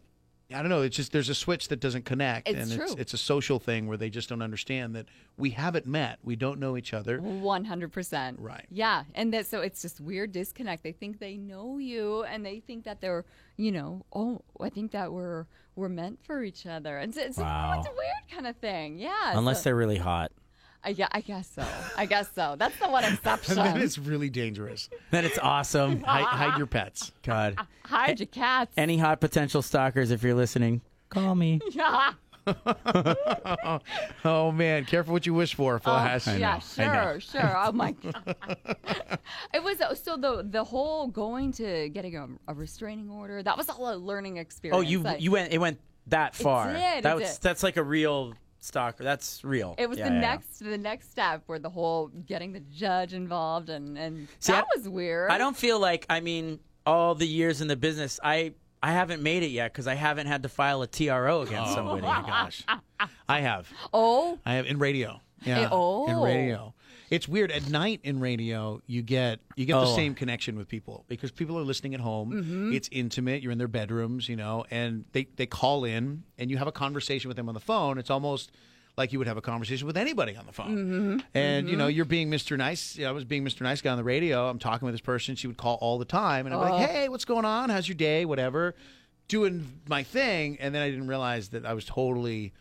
S2: I don't know. It's just there's a switch that doesn't connect,
S4: It's
S2: and it's
S4: true.
S2: it's a social thing where they just don't understand that we haven't met, we don't know each other.
S4: One hundred percent.
S2: Right.
S4: Yeah, and that so it's just weird disconnect. They think they know you, and they think that they're you know oh I think that we're we're meant for each other, and so, so
S3: Wow.
S4: it's a weird kind of thing. Yeah.
S3: Unless
S4: so-
S3: they're really hot,
S4: Uh, I, gue- I guess so. I guess so. That's the one exception.
S2: really dangerous.
S3: then it's awesome.
S2: hide, hide your pets.
S3: God,
S4: Hide your cats.
S3: any hot potential stalkers, if you're listening, call me.
S4: yeah.
S2: Oh man, careful what you wish for, Flash.
S4: yeah, sure, sure. Oh my god. it was uh, so the the whole going to getting a, a restraining order. That was all a learning experience.
S3: Oh, you
S4: Like,
S3: you went it went that far.
S4: did,
S3: that
S4: it
S3: was
S4: did.
S3: that's like a real stalker. That's real.
S4: It was
S3: Yeah, yeah,
S4: the
S3: yeah.
S4: next the next step where the whole getting the judge involved and and
S3: See,
S4: that
S3: I-
S4: was weird.
S3: I don't feel like I mean all the years in the business I I haven't made it yet because I haven't had to file a
S2: Oh.
S3: TRO against somebody.
S2: gosh, I have,
S4: Oh,
S2: I have in radio. Yeah,
S4: oh.
S2: in radio. It's weird at night in radio. You get you get the
S3: Oh. Mm-hmm.
S2: same connection with people because people are listening at home. It's intimate. You're in their bedrooms, you know, and they they call in and you have a conversation with them on the phone. It's almost like you would have a conversation with anybody on the phone.
S3: Mm-hmm.
S2: And you know, you're being Mr. Nice. you know, I was being Mr. Nice guy on the radio. I'm talking with this person. She would call all the time, and I'm like,
S3: Oh.
S2: "Hey, what's going on? How's your day? Whatever." Doing my thing, and then I didn't realize that I was totally,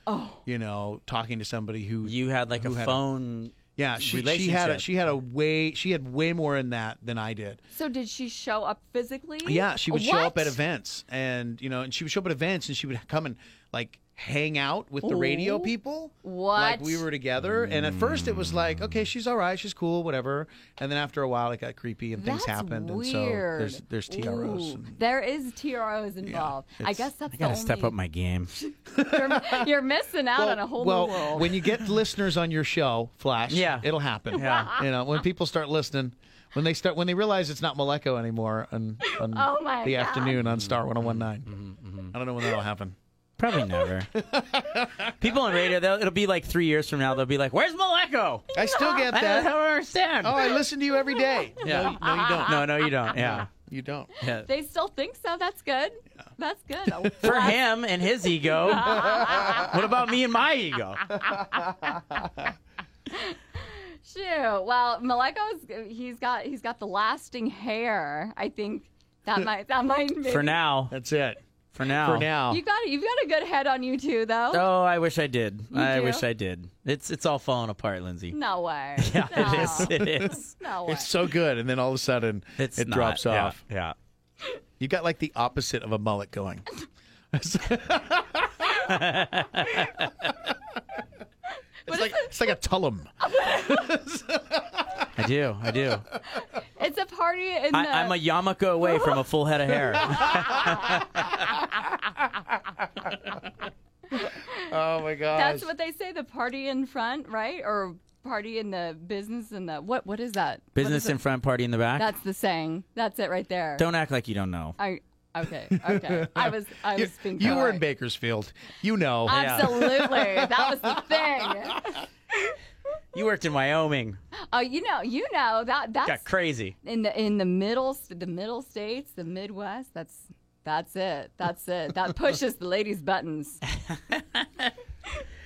S2: you know, talking to somebody who
S3: Oh. You had like
S2: who
S3: a
S2: had
S3: phone.
S2: yeah, she, she had a,
S3: relationship.
S2: she had a way she had way more in that than I did.
S4: so did she show up physically?
S2: Yeah, she would show up
S4: What?
S2: at events, and you know, and she would show up at events, and she would come and like hang out with the radio people. Like
S4: What?
S2: we were together. And at first it was like, okay, she's all right, she's cool, whatever. And then after a while it got creepy and things
S4: That's
S2: happened.
S4: Weird.
S2: And so there's there's TROs.
S4: Ooh, there is TROs involved. I
S2: it's-
S4: guess that's
S3: I gotta
S4: the
S3: step up
S4: only.
S3: my game.
S4: you're, you're missing out on a whole
S2: well,
S4: new world.
S2: when you get listeners on your show, Flash,
S3: Yeah.
S2: it'll happen.
S3: Yeah.
S2: You know, when people start listening, when they start when they realize it's not Maleko anymore on, on
S4: Oh my
S2: mm, the
S4: God.
S2: afternoon on Star 1019. I don't know when that'll happen.
S3: Probably never. People on radio, they'll- it'll be like three years from now. They'll be like, "Where's Maleko?"
S2: I still get
S3: I don't, I
S2: that.
S3: don't understand.
S2: Oh, I listen to you every day.
S3: yeah.
S2: No, you don't.
S3: No, no, you don't. Yeah.
S2: You don't.
S3: yeah.
S4: they still think so. That's good. That's good. Oh, A
S3: For
S4: lot-
S3: him and his ego. what about me and my ego?
S4: Shoot. Well, Maleko's he's got he's got the lasting hair. I think that might that might maybe.
S3: For now.
S2: That's it.
S3: For now.
S2: For now.
S4: You got you've got a good head on you too, though.
S3: Oh, I wish I did. I
S4: do?
S3: wish I did. It's it's all falling apart, Lindsay.
S4: No way.
S3: Yeah,
S4: no.
S3: it is. It is.
S4: No way.
S2: It's so good, and then all of a sudden
S3: It's
S2: it
S3: not.
S2: drops
S3: Yeah,
S2: off.
S3: Yeah.
S2: You got like the opposite of a mullet going. it's like it's like a tullum.
S3: I do. I do.
S4: It's a party in
S3: I,
S4: the.
S3: I'm a yarmulke away from a full head of hair.
S2: Oh my gosh.
S4: that's what they say. The party in front, right? Or party in the business in the what? What is that? What
S3: Business
S4: is it?
S3: in front, party in the back.
S4: That's the saying. That's it right there.
S3: Don't act like you don't know.
S4: I. Okay. Okay. I was. I
S2: you,
S4: was thinking.
S2: you were in Bakersfield. You know.
S4: Uh, Absolutely. that was the thing.
S3: You worked in Wyoming.
S4: Oh, you know. You know that. That's
S3: Got crazy.
S4: in the in the middle st- the middle states the midwest that's that's it that's it that pushes the ladies buttons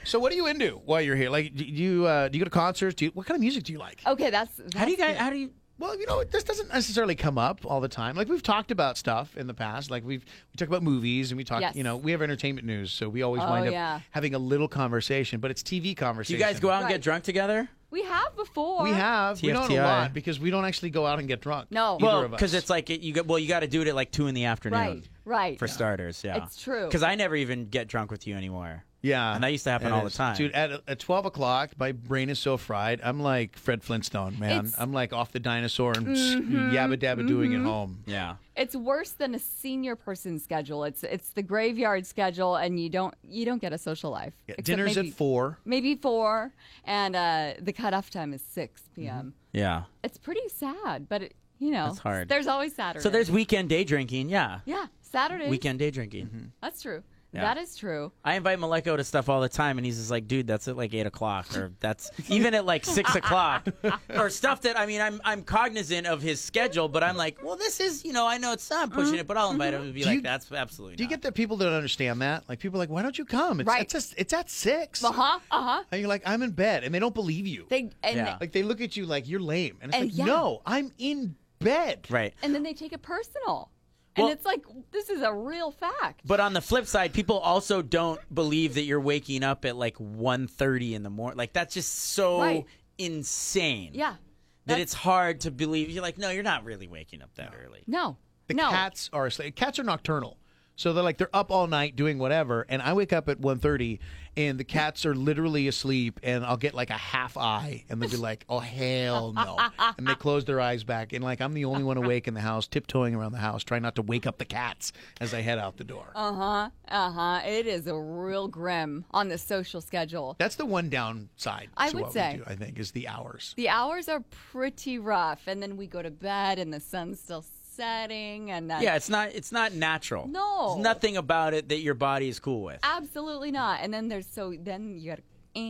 S2: so what are you into while you're here? Like, do you uh, do you go to concerts? Do you, what kind of music do you like?
S4: okay that's,
S3: How do you
S4: that's
S3: guys? How do you?
S2: Well, you know, this doesn't necessarily come up all the time. Like we've talked about stuff in the past. Like we've we talk about movies and we talk.
S4: Yes.
S2: You know, we have entertainment news, so we always
S4: Oh,
S2: wind up
S4: yeah.
S2: having a little conversation, but it's TV
S3: Do
S2: conversation.
S3: you guys go out and get
S4: Right.
S3: drunk together?
S4: we have before
S2: We have. We don't a
S3: TFTI.
S2: lot because we don't actually go out and get drunk.
S4: No.
S2: either
S3: Well,
S2: of us.
S3: because it's like it, you. Got, well, you got to do it at like two in the afternoon.
S4: right right
S3: For starters, yeah,
S4: It's true.
S3: Because I never even get drunk with you anymore.
S2: yeah,
S3: and that used to happen
S2: It
S3: all
S2: is.
S3: the time.
S2: dude. At, at twelve o'clock, my brain is so fried. I'm like Fred Flintstone, man.
S4: It's- Mm-hmm.
S2: I'm like off the dinosaur and yabba dabba doing at home.
S3: yeah,
S4: it's worse than a senior person's schedule it's it's the graveyard schedule and you don't you don't get a social life
S2: Yeah,
S4: Except
S2: Dinner's
S4: maybe,
S2: at four.
S4: maybe four and uh the cutoff time is 6 p.m
S2: Mm-hmm.
S3: yeah.
S4: it's pretty sad but it, you know
S3: That's hard.
S4: there's always saturday
S3: So there's weekend day drinking. Yeah,
S4: yeah saturday
S3: weekend day drinking.
S2: Mm-hmm.
S4: that's true
S3: Yeah.
S4: that is true
S3: I invite Maleko to stuff all the time, and he's just like, "Dude, that's at like eight o'clock, or that's even at like six o'clock, or stuff that I mean, I'm I'm cognizant of his schedule, but I'm like, well, this is you know, I know it's not pushing it, but I'll invite him to be like,
S2: you-
S3: that's absolutely.
S2: Do you
S3: not.
S2: get that people don't understand that? Like people are like, why don't you come? It's
S4: Right.
S2: it's, just, it's at six.
S4: uh-huh uh-huh
S2: And you're like, I'm in bed, and they don't believe you.
S4: They and
S3: Yeah.
S2: like they look at you like you're lame, and it's
S4: And
S2: like,
S4: yeah.
S2: no, I'm in bed.
S3: right?
S4: and then they take it personal.
S3: Well-
S4: and it's like this is a real fact.
S3: But on the flip side, people also don't believe that you're waking up at like 1.30 in the morning. Like that's just so
S4: Right.
S3: insane.
S4: yeah.
S3: That
S4: That's-
S3: it's hard to believe. You're like, no, you're not really waking up that early.
S4: No.
S2: The
S4: no.
S2: cats are asleep. Cats are nocturnal. So they're like they're up all night doing whatever, and I wake up at 1.30, and the cats are literally asleep, and I'll get like a half eye, and they'll be like, "Oh hell no!" and they close their eyes back, and like I'm the only one awake in the house, tiptoeing around the house, trying not to wake up the cats as I head out the door.
S4: Uh-huh. Uh-huh. It is a real grim on the social schedule.
S2: That's the one downside.
S4: I
S2: to
S4: would
S2: what
S4: say.
S2: we do, I think, is the hours.
S4: The hours are pretty rough and then we go to bed and the sun's still setting and then
S3: Yeah, it's not. It's not natural.
S4: No.
S3: There's nothing about it that your body is cool with.
S4: absolutely not. And then there's so then you got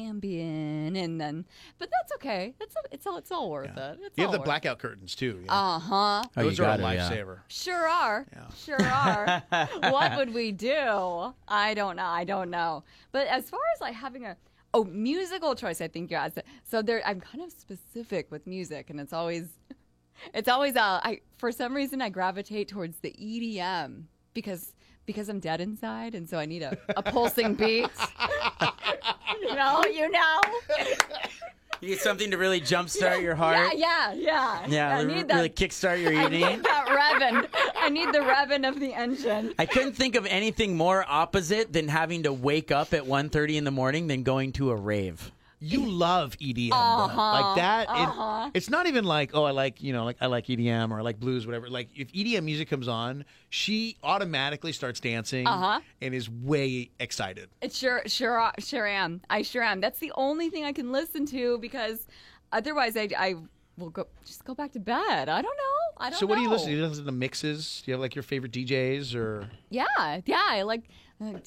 S4: ambient and then but that's okay. That's it's all it's all worth it. It's
S2: You have
S4: all
S2: the
S4: worth
S2: blackout curtins too. you know?
S4: Uh-huh.
S2: Those
S3: Oh, you
S2: are a
S3: got it, yeah.
S2: lifesaver.
S4: Sure are. Sure are. what would we do? I don't know. I don't know. But as far as like having a oh musical choice, I think you asked. So there, I'm kind of specific with music, and it's always, it's always. Uh, I for some reason I gravitate towards the EDM because because I'm dead inside, and so I need a, a pulsing beat. you know, you know.
S3: You need something to really jumpstart your heart.
S4: Yeah, yeah, yeah.
S3: Yeah,
S4: I
S3: re-
S4: need that.
S3: really kickstart your
S4: I need
S3: eating.
S4: that revving. I need the revving of the engine.
S3: I couldn't think of anything more opposite than having to wake up at 1.30 in the morning than going to a rave.
S2: You love EDM though.
S4: Uh-huh,
S2: like that. it- it's not even like oh, I like you know like I like EDM or I like blues, whatever. Like if EDM music comes on, she automatically starts dancing
S4: Uh-huh.
S2: and is way excited.
S4: It sure, sure, uh, sure am. I sure am. That's the only thing I can listen to because otherwise, I, I will go just go back to bed. I don't know. I don't.
S2: So what do you
S4: know.
S2: listen to? Do you listen to mixes? Do you have like your favorite DJs or
S4: Yeah, yeah. I like, I like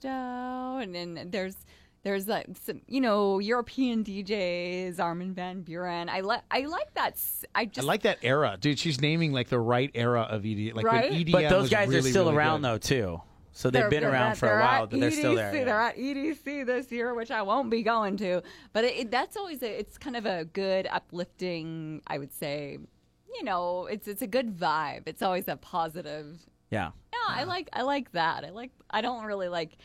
S4: Tiesto, and then there's there's like some you know European DJs, Armin van Buren. I like I like that. s- I
S2: I
S4: just
S2: like that era, dude. She's naming like the right era of EDM. Like
S4: Right?
S2: when EDM
S3: But those
S2: was
S3: guys
S2: really,
S3: are still
S2: really
S3: around
S2: good.
S3: though too. So they've been
S4: they're-
S3: around for
S4: they're
S3: a while,
S4: at
S3: but they're still
S4: EDC,
S3: there. yeah.
S4: They're at EDC this year, which I won't be going to. But it, it- that's always a, it's kind of a good uplifting. I would say, you know, it's it's a good vibe. It's always a positive
S3: Yeah.
S4: Yeah, I like I like that. I like I don't really like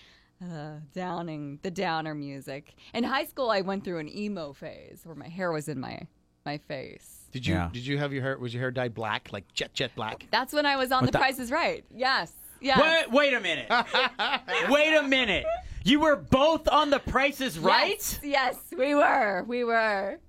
S4: uh, downing the downer music. In high school, I went through an emo phase where my hair was in my my face.
S2: Did you
S3: Yeah.
S2: did you have your hair was your hair dyed black like jet jet black?
S4: That's when I was on The,
S3: the-
S4: Price is Right. Yes, yes,
S3: Wait, wait a minute. wait a minute. You were both on the prices right?
S4: Yes, yes, we were, we were.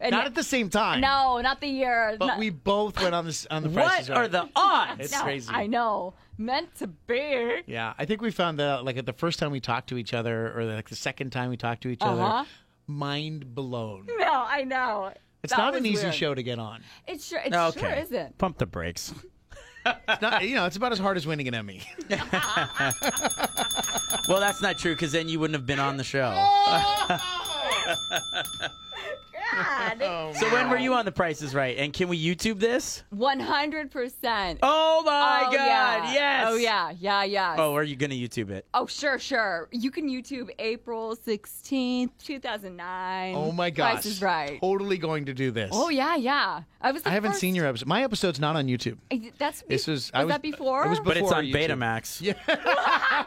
S4: And
S2: Not at the same time.
S4: Uh, no, not the year.
S2: But
S4: not-
S2: we both went on this on the Price
S3: What
S2: is
S3: are
S2: Right.
S3: the odds?
S2: It's
S4: no,
S2: crazy.
S4: I know, meant to be.
S2: Yeah, I think we found that out, like at the first time we talked to each other, or like the second time we talked to each
S4: Uh-huh.
S2: other, mind blown.
S4: No, I know.
S2: It's
S4: That
S2: not
S4: was
S2: an easy
S4: weird.
S2: show to get on.
S4: It sure, it
S3: okay.
S4: sure isn't.
S3: Pump the brakes.
S2: It's not, you know, it's about as hard as winning an Emmy.
S3: Well, that's not true because then you wouldn't have been on the show.
S2: Oh.
S4: God,
S3: So when were you on the prices right? And can we YouTube this?
S4: one hundred percent.
S3: Oh my
S4: Oh,
S3: god.
S4: yeah.
S3: Yes.
S4: Oh yeah, yeah, yeah.
S3: Oh, are you going to YouTube it?
S4: Oh, sure, sure. You can YouTube April sixteenth, two thousand nine.
S2: oh my gosh,
S4: Price is right.
S2: Totally going to do this.
S4: Oh yeah, yeah. I was. The
S2: I haven't
S4: first-
S2: seen your episode. My episode's not on YouTube.
S4: I- That's
S2: This was,
S4: was
S2: I was
S4: that before?
S2: It was
S3: But it's
S2: before
S3: on
S2: YouTube.
S3: Betamax. Yeah.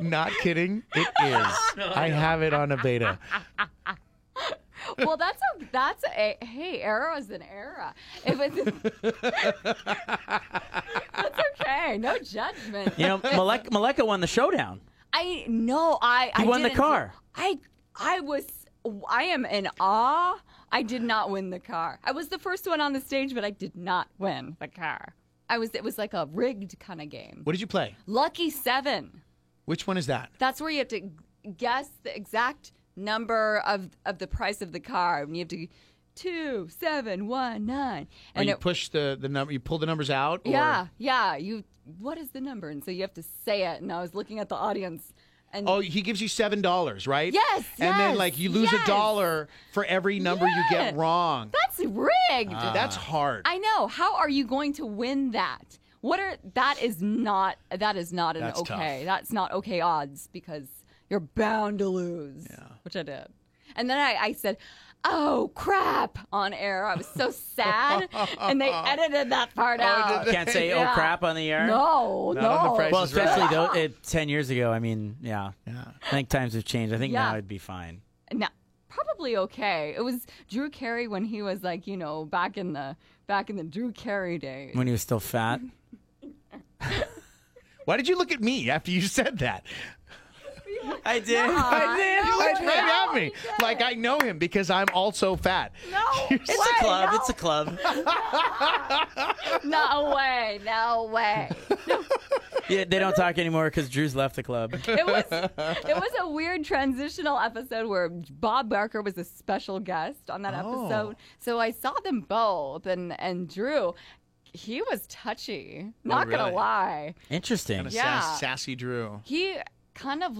S2: Not kidding, it is. I have it on a beta.
S4: well, that's a that's a hey, era is an era. It was. that's okay. No judgment.
S3: You know, Maleka, Maleka won the showdown.
S4: I no, I I
S3: won the
S4: didn't-
S3: car.
S4: I I was I am in awe. I did not win the car. I was the first one on the stage, but I did not win the car. I was it was like a rigged kind of game.
S2: What did you play?
S4: Lucky 7.
S2: Which one is that?
S4: That's where you have to g- guess the exact number of of the price of the car and you have to two seven one nine
S2: Or
S4: and
S2: you
S4: it-
S2: push the the number, you pull the numbers out. Or,
S4: yeah yeah you what is the number and so you have to say it and i was looking at the audience and
S2: Oh, he gives you seven dollars, right?
S4: Yes,
S2: And then
S4: yes,
S2: like you lose a
S4: yes.
S2: dollar for every number you
S4: Yeah.
S2: get wrong.
S4: that's rigged
S2: That's hard.
S4: I know. How are you going to win that? What are that is not that is not an
S2: That's
S4: okay.
S2: tough.
S4: That's not okay odds because you're bound to lose. Which I did. And then I, I said, Oh crap on air. I was so sad. and they edited that part out.
S3: Can't say oh
S4: Yeah.
S3: crap on the air.
S4: No,
S2: on the
S4: no.
S2: price
S3: Well,
S2: This is right.
S3: especially though it, ten years ago. I mean, yeah. I think times have changed. I think
S4: Yeah.
S3: now it'd be fine.
S4: no, probably okay. It was Drew Carey when he was like, you know, back in the back in the Drew Carey days.
S3: When he was still fat.
S2: Why did you look at me after you said that?
S3: I did.
S4: I did.
S2: You looked
S4: no,
S2: right at
S4: he
S2: me.
S4: didn't.
S2: Like I know him because I'm also fat.
S4: No,
S2: It's
S3: It's a club. It's a club.
S4: No way, no way.
S3: yeah, they don't talk anymore because Drew's left the club.
S4: It was it was a weird transitional episode where Bob Barker was a special guest on that episode. So I saw them both and and Drew he was touchy. Not
S2: really?
S4: gonna lie.
S3: Interesting.
S4: Yeah.
S2: Sass- sassy Drew.
S4: He kind of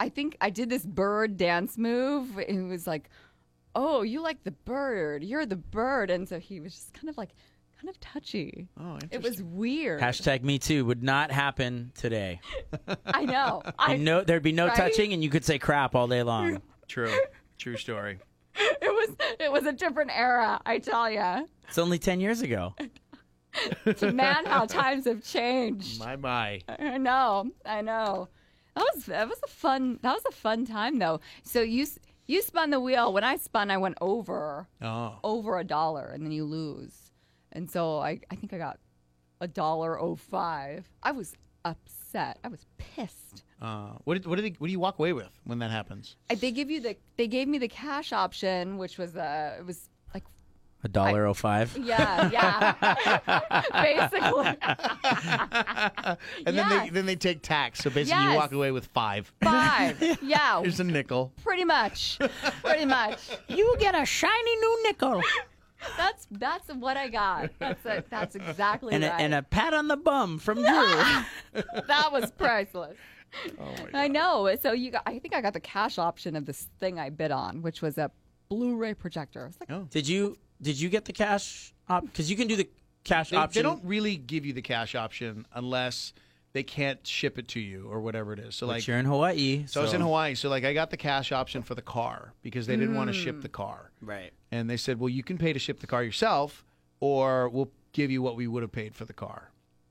S4: I think I did this bird dance move and he was like, "Oh, you like the bird. You're the bird." And so he was just kind of like kind of touchy.
S2: Oh,
S4: It was weird.
S3: Hashtag me too would not happen today.
S4: I know. I
S3: no, there'd be no
S4: Right?
S3: touching, and you could say crap all day long.
S2: True. True story.
S4: It was it was a different era, I tell ya.
S3: It's only ten years ago.
S4: To man, how times have changed.
S2: My my.
S4: I know, I know. That was that was a fun that was a fun time though. So you s- You spun the wheel. When I spun, I went over
S2: Oh.
S4: over a dollar, and then you lose. And so I, I think I got a dollar oh five. I was upset. I was pissed.
S2: Uh, what did, what do they what do you walk away with when that happens?
S4: I- They give you the they gave me the cash option, which was uh it was like
S3: A dollar oh five.
S4: yeah yeah basically
S6: And then they
S4: Yes.
S6: then they take tax. So basically, you
S4: Yes.
S6: walk away with five.
S4: five yeah
S6: Here's a nickel.
S4: pretty much pretty much
S3: You get a shiny new nickel
S4: that's that's what I got that's it that's exactly
S3: and a,
S4: right
S3: and a pat on the bum from Drew.
S4: that was priceless.
S3: Oh
S4: I know. So you, got, I think I got the cash option of this thing I bid on, which was a Blu-ray projector. It's like,
S3: did you did you get the cash op? Because you can do the cash
S2: They,
S3: option.
S2: they don't really give you the cash option unless they can't ship it to you or whatever it is. So
S3: But
S2: like
S3: you're in Hawaii.
S2: So I was in Hawaii. So like I got the cash option for the car because they didn't want to ship the car.
S3: Right.
S2: And they said, well, you can pay to ship the car yourself, or we'll give you what we would have paid for the car.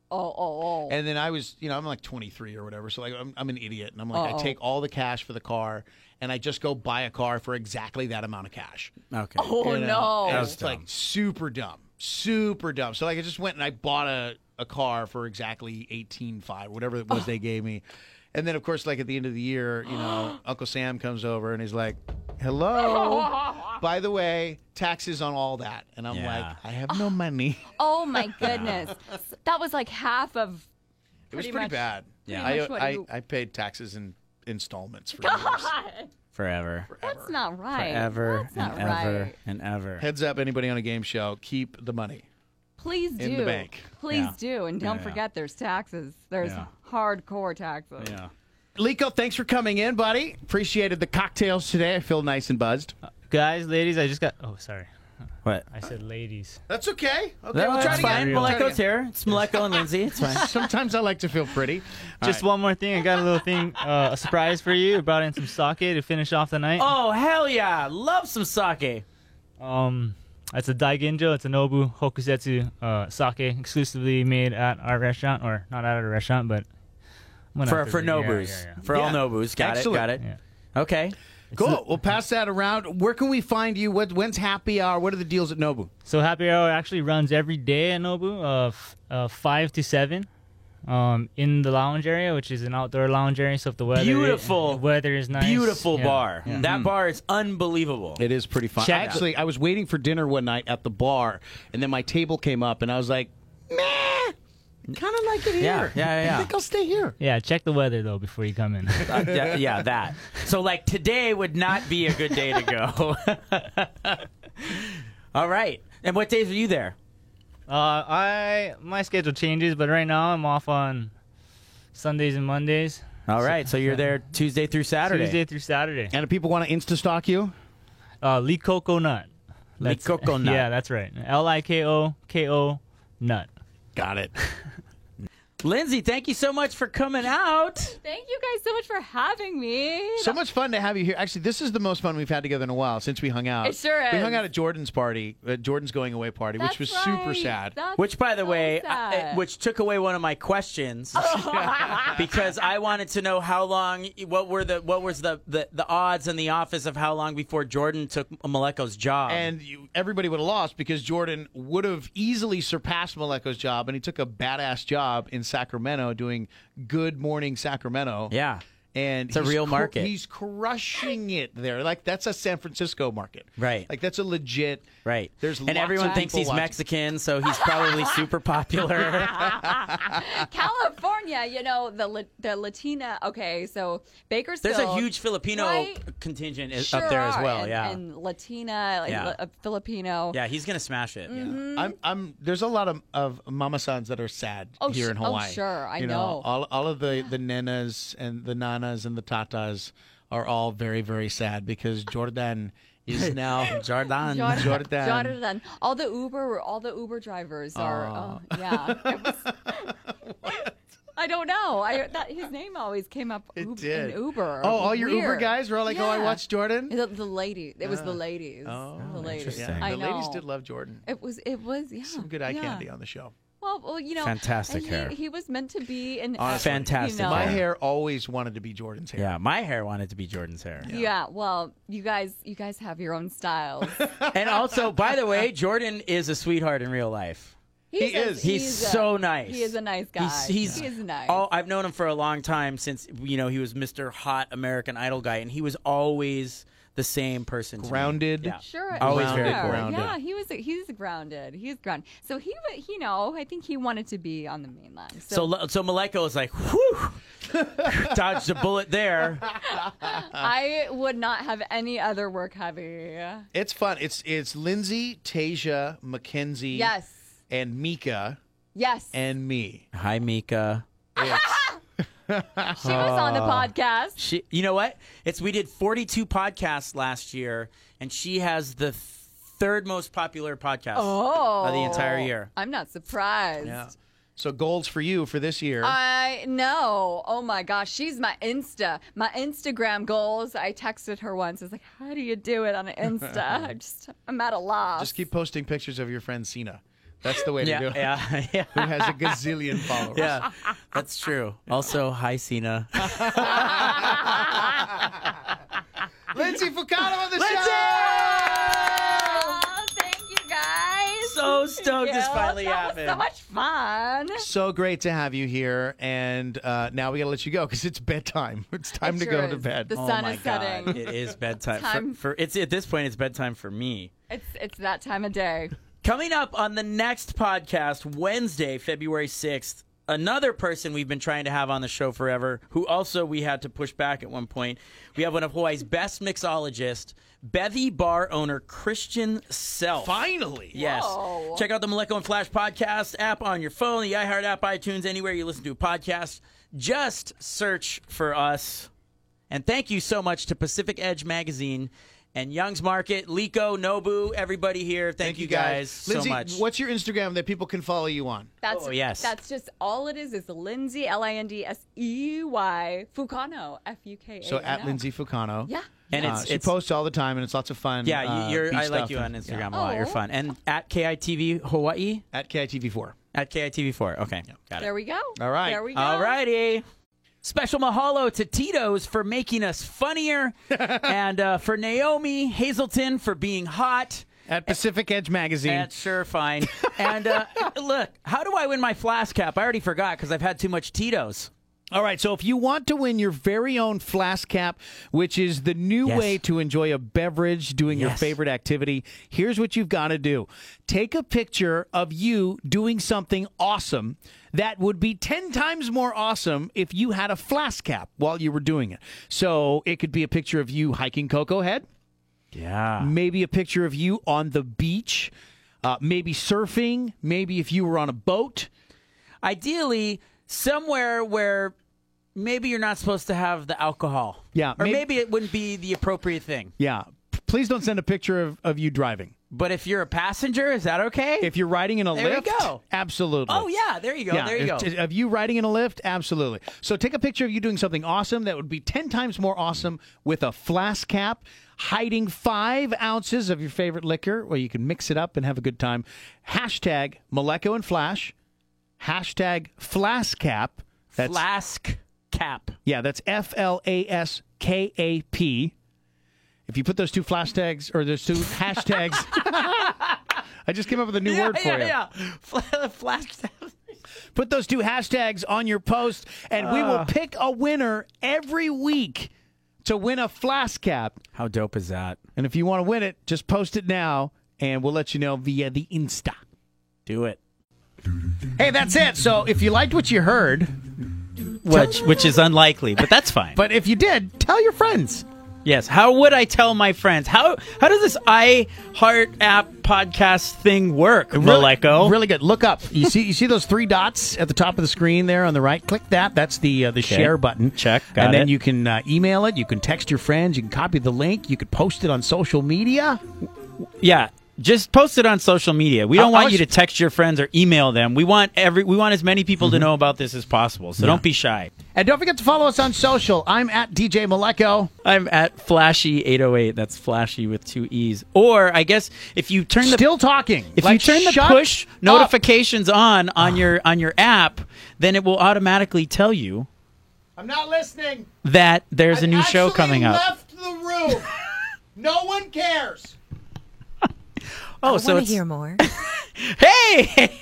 S4: oh, oh, oh.
S2: And then I was, you know, I'm like 23 or whatever. So like I'm, I'm an idiot, and I'm like, I take all the cash for the car, and I just go buy a car for exactly that amount of cash.
S3: Okay.
S4: oh
S2: You know?
S4: no.
S2: And
S3: was
S2: it's
S3: dumb.
S2: like super dumb, super dumb. So like I just went and I bought a, a car for exactly eighteen five, whatever it was they gave me. And then of course, like at the end of the year, you know, Uncle Sam comes over and he's like, "Hello, by the way, taxes on all that." And I'm
S3: Yeah.
S2: like, "I have no money."
S4: Oh my goodness. S- that was like half of.
S2: It was
S4: Pretty
S2: pretty
S4: much-
S2: bad.
S4: Yeah.
S2: I,
S4: pretty much what
S2: I,
S4: you-
S2: I paid taxes in installments for years.
S3: Forever.
S4: That's not right.
S3: Forever
S4: That's not
S3: and ever
S4: right.
S3: and ever.
S2: Heads up, anybody on a game show, keep the money.
S4: Please do.
S2: In the bank.
S4: Please
S3: Yeah.
S4: do, and don't
S3: Yeah.
S4: forget there's taxes. There's
S3: Yeah.
S4: hardcore taxes.
S3: Yeah.
S6: Lico, thanks for coming in, buddy. Appreciated the cocktails today. I feel nice and buzzed.
S5: Guys, ladies, I just got. Oh, sorry.
S3: What?
S5: I said ladies.
S2: That's okay. Okay,
S3: No,
S2: we'll try
S3: it's
S2: to
S3: fine.
S2: get
S5: Maleko
S3: Maleko's here. It's Maleko and Lindsay. It's fine.
S6: Sometimes I like to feel pretty.
S5: Just one more thing. I got a little thing, uh, a surprise for you. I brought in some sake to finish off the night.
S3: Oh hell yeah! Love some sake. Oh.
S5: Um, it's a daiginjo. It's a Nobu Hokusetsu uh, sake, exclusively made at our restaurant, or not at our restaurant, but I'm gonna have
S3: For
S5: to
S3: for
S5: read- yeah,
S3: Nobus.
S5: yeah, yeah.
S3: For all Nobus. Got
S6: Excellent.
S3: it. Got it.
S5: Yeah.
S3: Okay.
S6: Cool. We'll pass that around. Where can we find you? What, when's happy hour? What are the deals at Nobu?
S5: So Happy Hour actually runs every day at Nobu, uh, f- uh five to seven, um, in the lounge area, which is an outdoor lounge area. So if the weather
S3: Beautiful.
S5: weather is nice,
S3: Beautiful
S5: yeah,
S3: bar.
S5: yeah. Hmm.
S3: That bar is unbelievable.
S6: It is pretty fun.
S3: Check it
S6: Actually, I was waiting for dinner one night at the bar, and then my table came up, and I was like, meh, kind of like it here.
S3: Yeah, yeah, yeah,
S6: I
S3: yeah.
S6: think I'll stay here.
S5: Yeah, check the weather though before you come in.
S3: Uh, yeah, yeah, that. So like today would not be a good day to go. all right. And what days are you there?
S5: uh, I my schedule changes, but right now I'm off on Sundays and Mondays,
S3: All right. So you're there Tuesday through Saturday.
S5: Tuesday through Saturday.
S6: And if people want to Insta stalk you,
S5: Uh, Lee Coco Nut. That's-
S3: Coco Nut.
S5: Yeah, that's right. L I K O K O Nut.
S6: got it.
S3: Lindsay, thank you so much for coming out.
S4: Thank you guys so much for having me.
S2: So much fun to have you here. Actually, this is the most fun we've had together in a while since we hung out.
S4: It sure
S2: We
S4: is.
S2: hung out at Jordan's party, uh, Jordan's going away party,
S4: That's
S2: which was
S4: right.
S2: super sad.
S4: That's
S3: Which, by the
S4: so
S3: way, I-
S4: sad.
S3: which took away one of my questions
S4: Oh.
S3: because I wanted to know how long, what were the, what was the, the, the odds in the office of how long before Jordan took Maleko's job?
S2: and you, everybody would have lost because Jordan would have easily surpassed Maleko's job, and he took a badass job in Sacramento doing Good Morning Sacramento.
S3: yeah,
S2: And
S3: a
S2: he's
S3: real
S2: cru-
S3: market.
S2: he's crushing it there. Like that's a San Francisco market,
S3: Right.
S2: Like that's a legit
S3: right.
S2: There's
S3: and
S2: lots of
S3: everyone thinks
S2: people
S3: he's
S2: watching.
S3: Mexican, so he's probably super popular.
S4: California, you know the La- the Latina. Okay, so Bakersfield.
S3: There's a huge Filipino
S4: Right?
S3: contingent i-
S4: sure
S3: up there as
S4: are,
S3: well.
S4: and-
S3: yeah,
S4: and Latina, like,
S3: Yeah.
S4: Li- uh, Filipino.
S3: yeah, he's gonna smash it.
S4: Mm-hmm.
S2: I'm, I'm. There's a lot of, of mama sans that are sad
S4: Oh,
S2: here
S4: sh-
S2: in
S4: oh,
S2: Hawaii.
S4: sure, I
S2: You
S4: know.
S2: All, all of the the nenas and the nanas and the tatas are all very very sad because Jordan is now Jordan.
S4: Jordan,
S2: Jordan.
S4: Jordan. All the Uber, all the Uber drivers are. Oh, yeah. It was- I don't know. I that, his name always came up
S2: It
S4: Ub-
S2: did.
S4: in Uber.
S2: Oh, all your Uber
S4: Weird.
S2: guys were all like, "Oh, I
S4: Yeah.
S2: watched Jordan."
S4: the, the lady. It was the ladies.
S2: Oh,
S4: the ladies.
S2: Yeah,
S4: I
S2: the
S4: know.
S2: ladies did love Jordan.
S4: It was. It was. Yeah.
S2: Some good eye
S4: yeah.
S2: candy on the show.
S4: Well, well, you know,
S3: Fantastic
S4: he,
S3: hair.
S4: He was meant to be an
S2: Honestly.
S4: you
S3: Fantastic
S4: know.
S2: My
S3: Yeah.
S2: hair always wanted to be Jordan's hair.
S3: Yeah, my hair wanted to be Jordan's hair.
S4: Yeah. well, you guys, you guys have your own styles.
S3: and also, by the way, Jordan is a sweetheart in real life.
S4: He's
S2: He
S4: a-
S2: is.
S3: He's
S4: a-
S3: so nice.
S4: He is a nice guy.
S3: He's, he's
S4: he is nice.
S3: Oh, I've known him for a long time since you know he was Mr. Hot American Idol guy, and he was always the same person. to me.
S2: Grounded.
S3: Yeah.
S4: Sure,
S3: Always
S4: sure.
S3: very
S2: grounded.
S4: Yeah, he was he's grounded. He's grounded. So he, wa- you know, I think he wanted to be on the mainland. So,
S3: So so, so Maleko is like, whew, dodged a bullet there.
S4: I would not have any other work heavy.
S2: It's fun. It's it's Lindsay, Tasia, Mackenzie,
S4: Yes,
S2: and Mika
S4: yes.
S2: and me.
S3: Hi, Mika.
S4: she was on the
S3: Ah.
S4: podcast.
S3: She, you know what? It's we did 42 podcasts last year, and she has the third most popular podcast
S4: Oh,
S3: of the entire year.
S4: I'm not surprised.
S2: So goals for you for this year.
S3: Uh,
S4: I know. Oh my gosh, she's my Insta, my Instagram goals. I texted her once. I was like, "How do you do it on an Insta?" I just, I'm at a loss.
S2: Just keep posting pictures of your friend Cena. That's the way
S3: Yeah,
S2: to do it.
S3: yeah, yeah.
S2: Who has a gazillion followers.
S3: Yeah, that's true. Also, hi, Cena.
S2: Lindsay Fucano on the
S3: Lindsay!
S2: show.
S4: Oh, thank you guys.
S3: So stoked this
S4: Yeah,
S3: finally
S4: that was
S3: happened.
S4: So much fun.
S2: So great to have you here, and uh, now we gotta let you go because it's bedtime. It's time
S4: It
S2: to
S4: sure
S2: go to
S4: is.
S2: bed.
S4: The
S3: Oh
S4: sun
S3: my
S4: is
S3: God,
S4: setting.
S3: It is bedtime.
S4: Time.
S3: For, for it's at this point, it's bedtime for me.
S4: It's it's that time of day.
S3: Coming up on the next podcast, Wednesday, February 6th, another person we've been trying to have on the show forever, who also we had to push back at one point. We have one of Hawaii's best mixologists, Bevy bar owner Christian Self.
S2: Finally,
S3: Yes.
S4: Whoa.
S3: Check out the Maleko and Flash podcast app on your phone, the iHeart app, iTunes, anywhere you listen to podcasts. Just search for us. And thank you so much to Pacific Edge Magazine and Young's Market, Lico, Nobu, everybody here. Thank, you guys,
S2: Lindsay,
S3: so much.
S2: what's your Instagram that people can follow you on?
S4: That's
S3: Oh, yes.
S4: That's just all it is. Is Lindsay L I N D S E Y Fucano F U K A.
S2: So at Lindsay Fucano.
S4: Yeah.
S3: and
S2: Uh,
S3: it's,
S2: she
S3: it's
S2: posts all the time, and it's lots of fun.
S3: yeah,
S2: uh,
S3: you, you're,
S2: beach
S3: I like
S2: stuff
S3: you on
S2: and-
S3: Instagram
S2: yeah.
S3: a lot. You're
S4: Oh.
S3: fun. And at KITV Hawaii,
S2: at KITV4.
S3: at KITV4. Okay, got it.
S4: There we go.
S2: All right.
S4: There we go.
S3: All righty. Special mahalo to Tito's for making us funnier, and uh, for Naomi Hazelton for being hot.
S2: At Pacific Edge Magazine.
S3: That's sure fine. and uh, look, how do I win my flask cap? I already forgot because I've had too much Tito's.
S2: All right, so if you want to win your very own flask cap, which is the new
S3: Yes.
S2: way to enjoy a beverage doing your
S3: Yes.
S2: favorite activity, here's what you've got to do take a picture of you doing something awesome that would be 10 times more awesome if you had a flask cap while you were doing it. So it could be a picture of you hiking Cocoa Head
S3: Yeah.
S2: maybe a picture of you on the beach, uh, maybe surfing, maybe if you were on a boat.
S3: Ideally, somewhere where maybe you're not supposed to have the alcohol.
S2: Yeah,
S3: Or
S2: may-
S3: maybe it wouldn't be the appropriate thing.
S2: Yeah. P- Please don't send a picture of, of you driving.
S3: But if you're a passenger, is that okay?
S2: If you're riding in a
S3: There you
S2: lift,
S3: go.
S2: absolutely.
S3: oh, yeah. There you go.
S2: Yeah,
S3: there you go.
S2: if- t- Of you riding in a lift, absolutely. So take a picture of you doing something awesome that would be 10 times more awesome with a flask cap, hiding five ounces of your favorite liquor, where you can mix it up and have a good time. Hashtag Maleko and Flash, hashtag flask cap. That's
S3: Flask cap.
S2: Yeah, that's F L A S K A P. If you put those two flash tags or those two hashtags, I just came up with a new word for you.
S3: yeah, yeah. Fla- Flash.
S2: Put those two hashtags on your post, and we
S3: Ah.
S2: will pick a winner every week to win a flask cap.
S3: How dope is that?
S2: And if you want to win it, just post it now, and we'll let you know via the Insta.
S3: Do it.
S2: Hey, that's it. So if you liked what you heard,
S3: Which, which is unlikely, but that's fine.
S2: but if you did, tell your friends.
S3: yes, how would I tell my friends? How how does this iHeart app podcast thing work, Maleko?
S2: Really good. Look up. You see, you see those three dots at the top of the screen there on the right. Click that. That's the uh, the share button.
S3: Check. Got
S2: and then
S3: it.
S2: you can uh, email it. You can text your friends. You can copy the link. You could post it on social media.
S3: Yeah. just post it on social media. We
S2: I-
S3: don't
S2: I
S3: want
S2: was-
S3: you to text your friends or email them. We want every we want as many people to know about this as possible. So don't be shy.
S2: And don't forget to follow us on social. I'm at DJ Maleko.
S3: I'm at flashy 808. That's flashy with two e's. Or I guess if you turn the
S2: Still talking.
S3: if
S2: Like,
S3: you turn the
S2: shut
S3: push
S2: up. Ah.
S3: notifications on on your on your app, then it will automatically tell you
S2: I'm not listening.
S3: that there's a new
S2: I
S3: show
S2: actually
S3: coming up.
S2: Left the room. no one cares.
S3: oh,
S4: I
S3: so
S2: Oh,
S4: want
S3: it's
S4: to hear more.
S3: hey.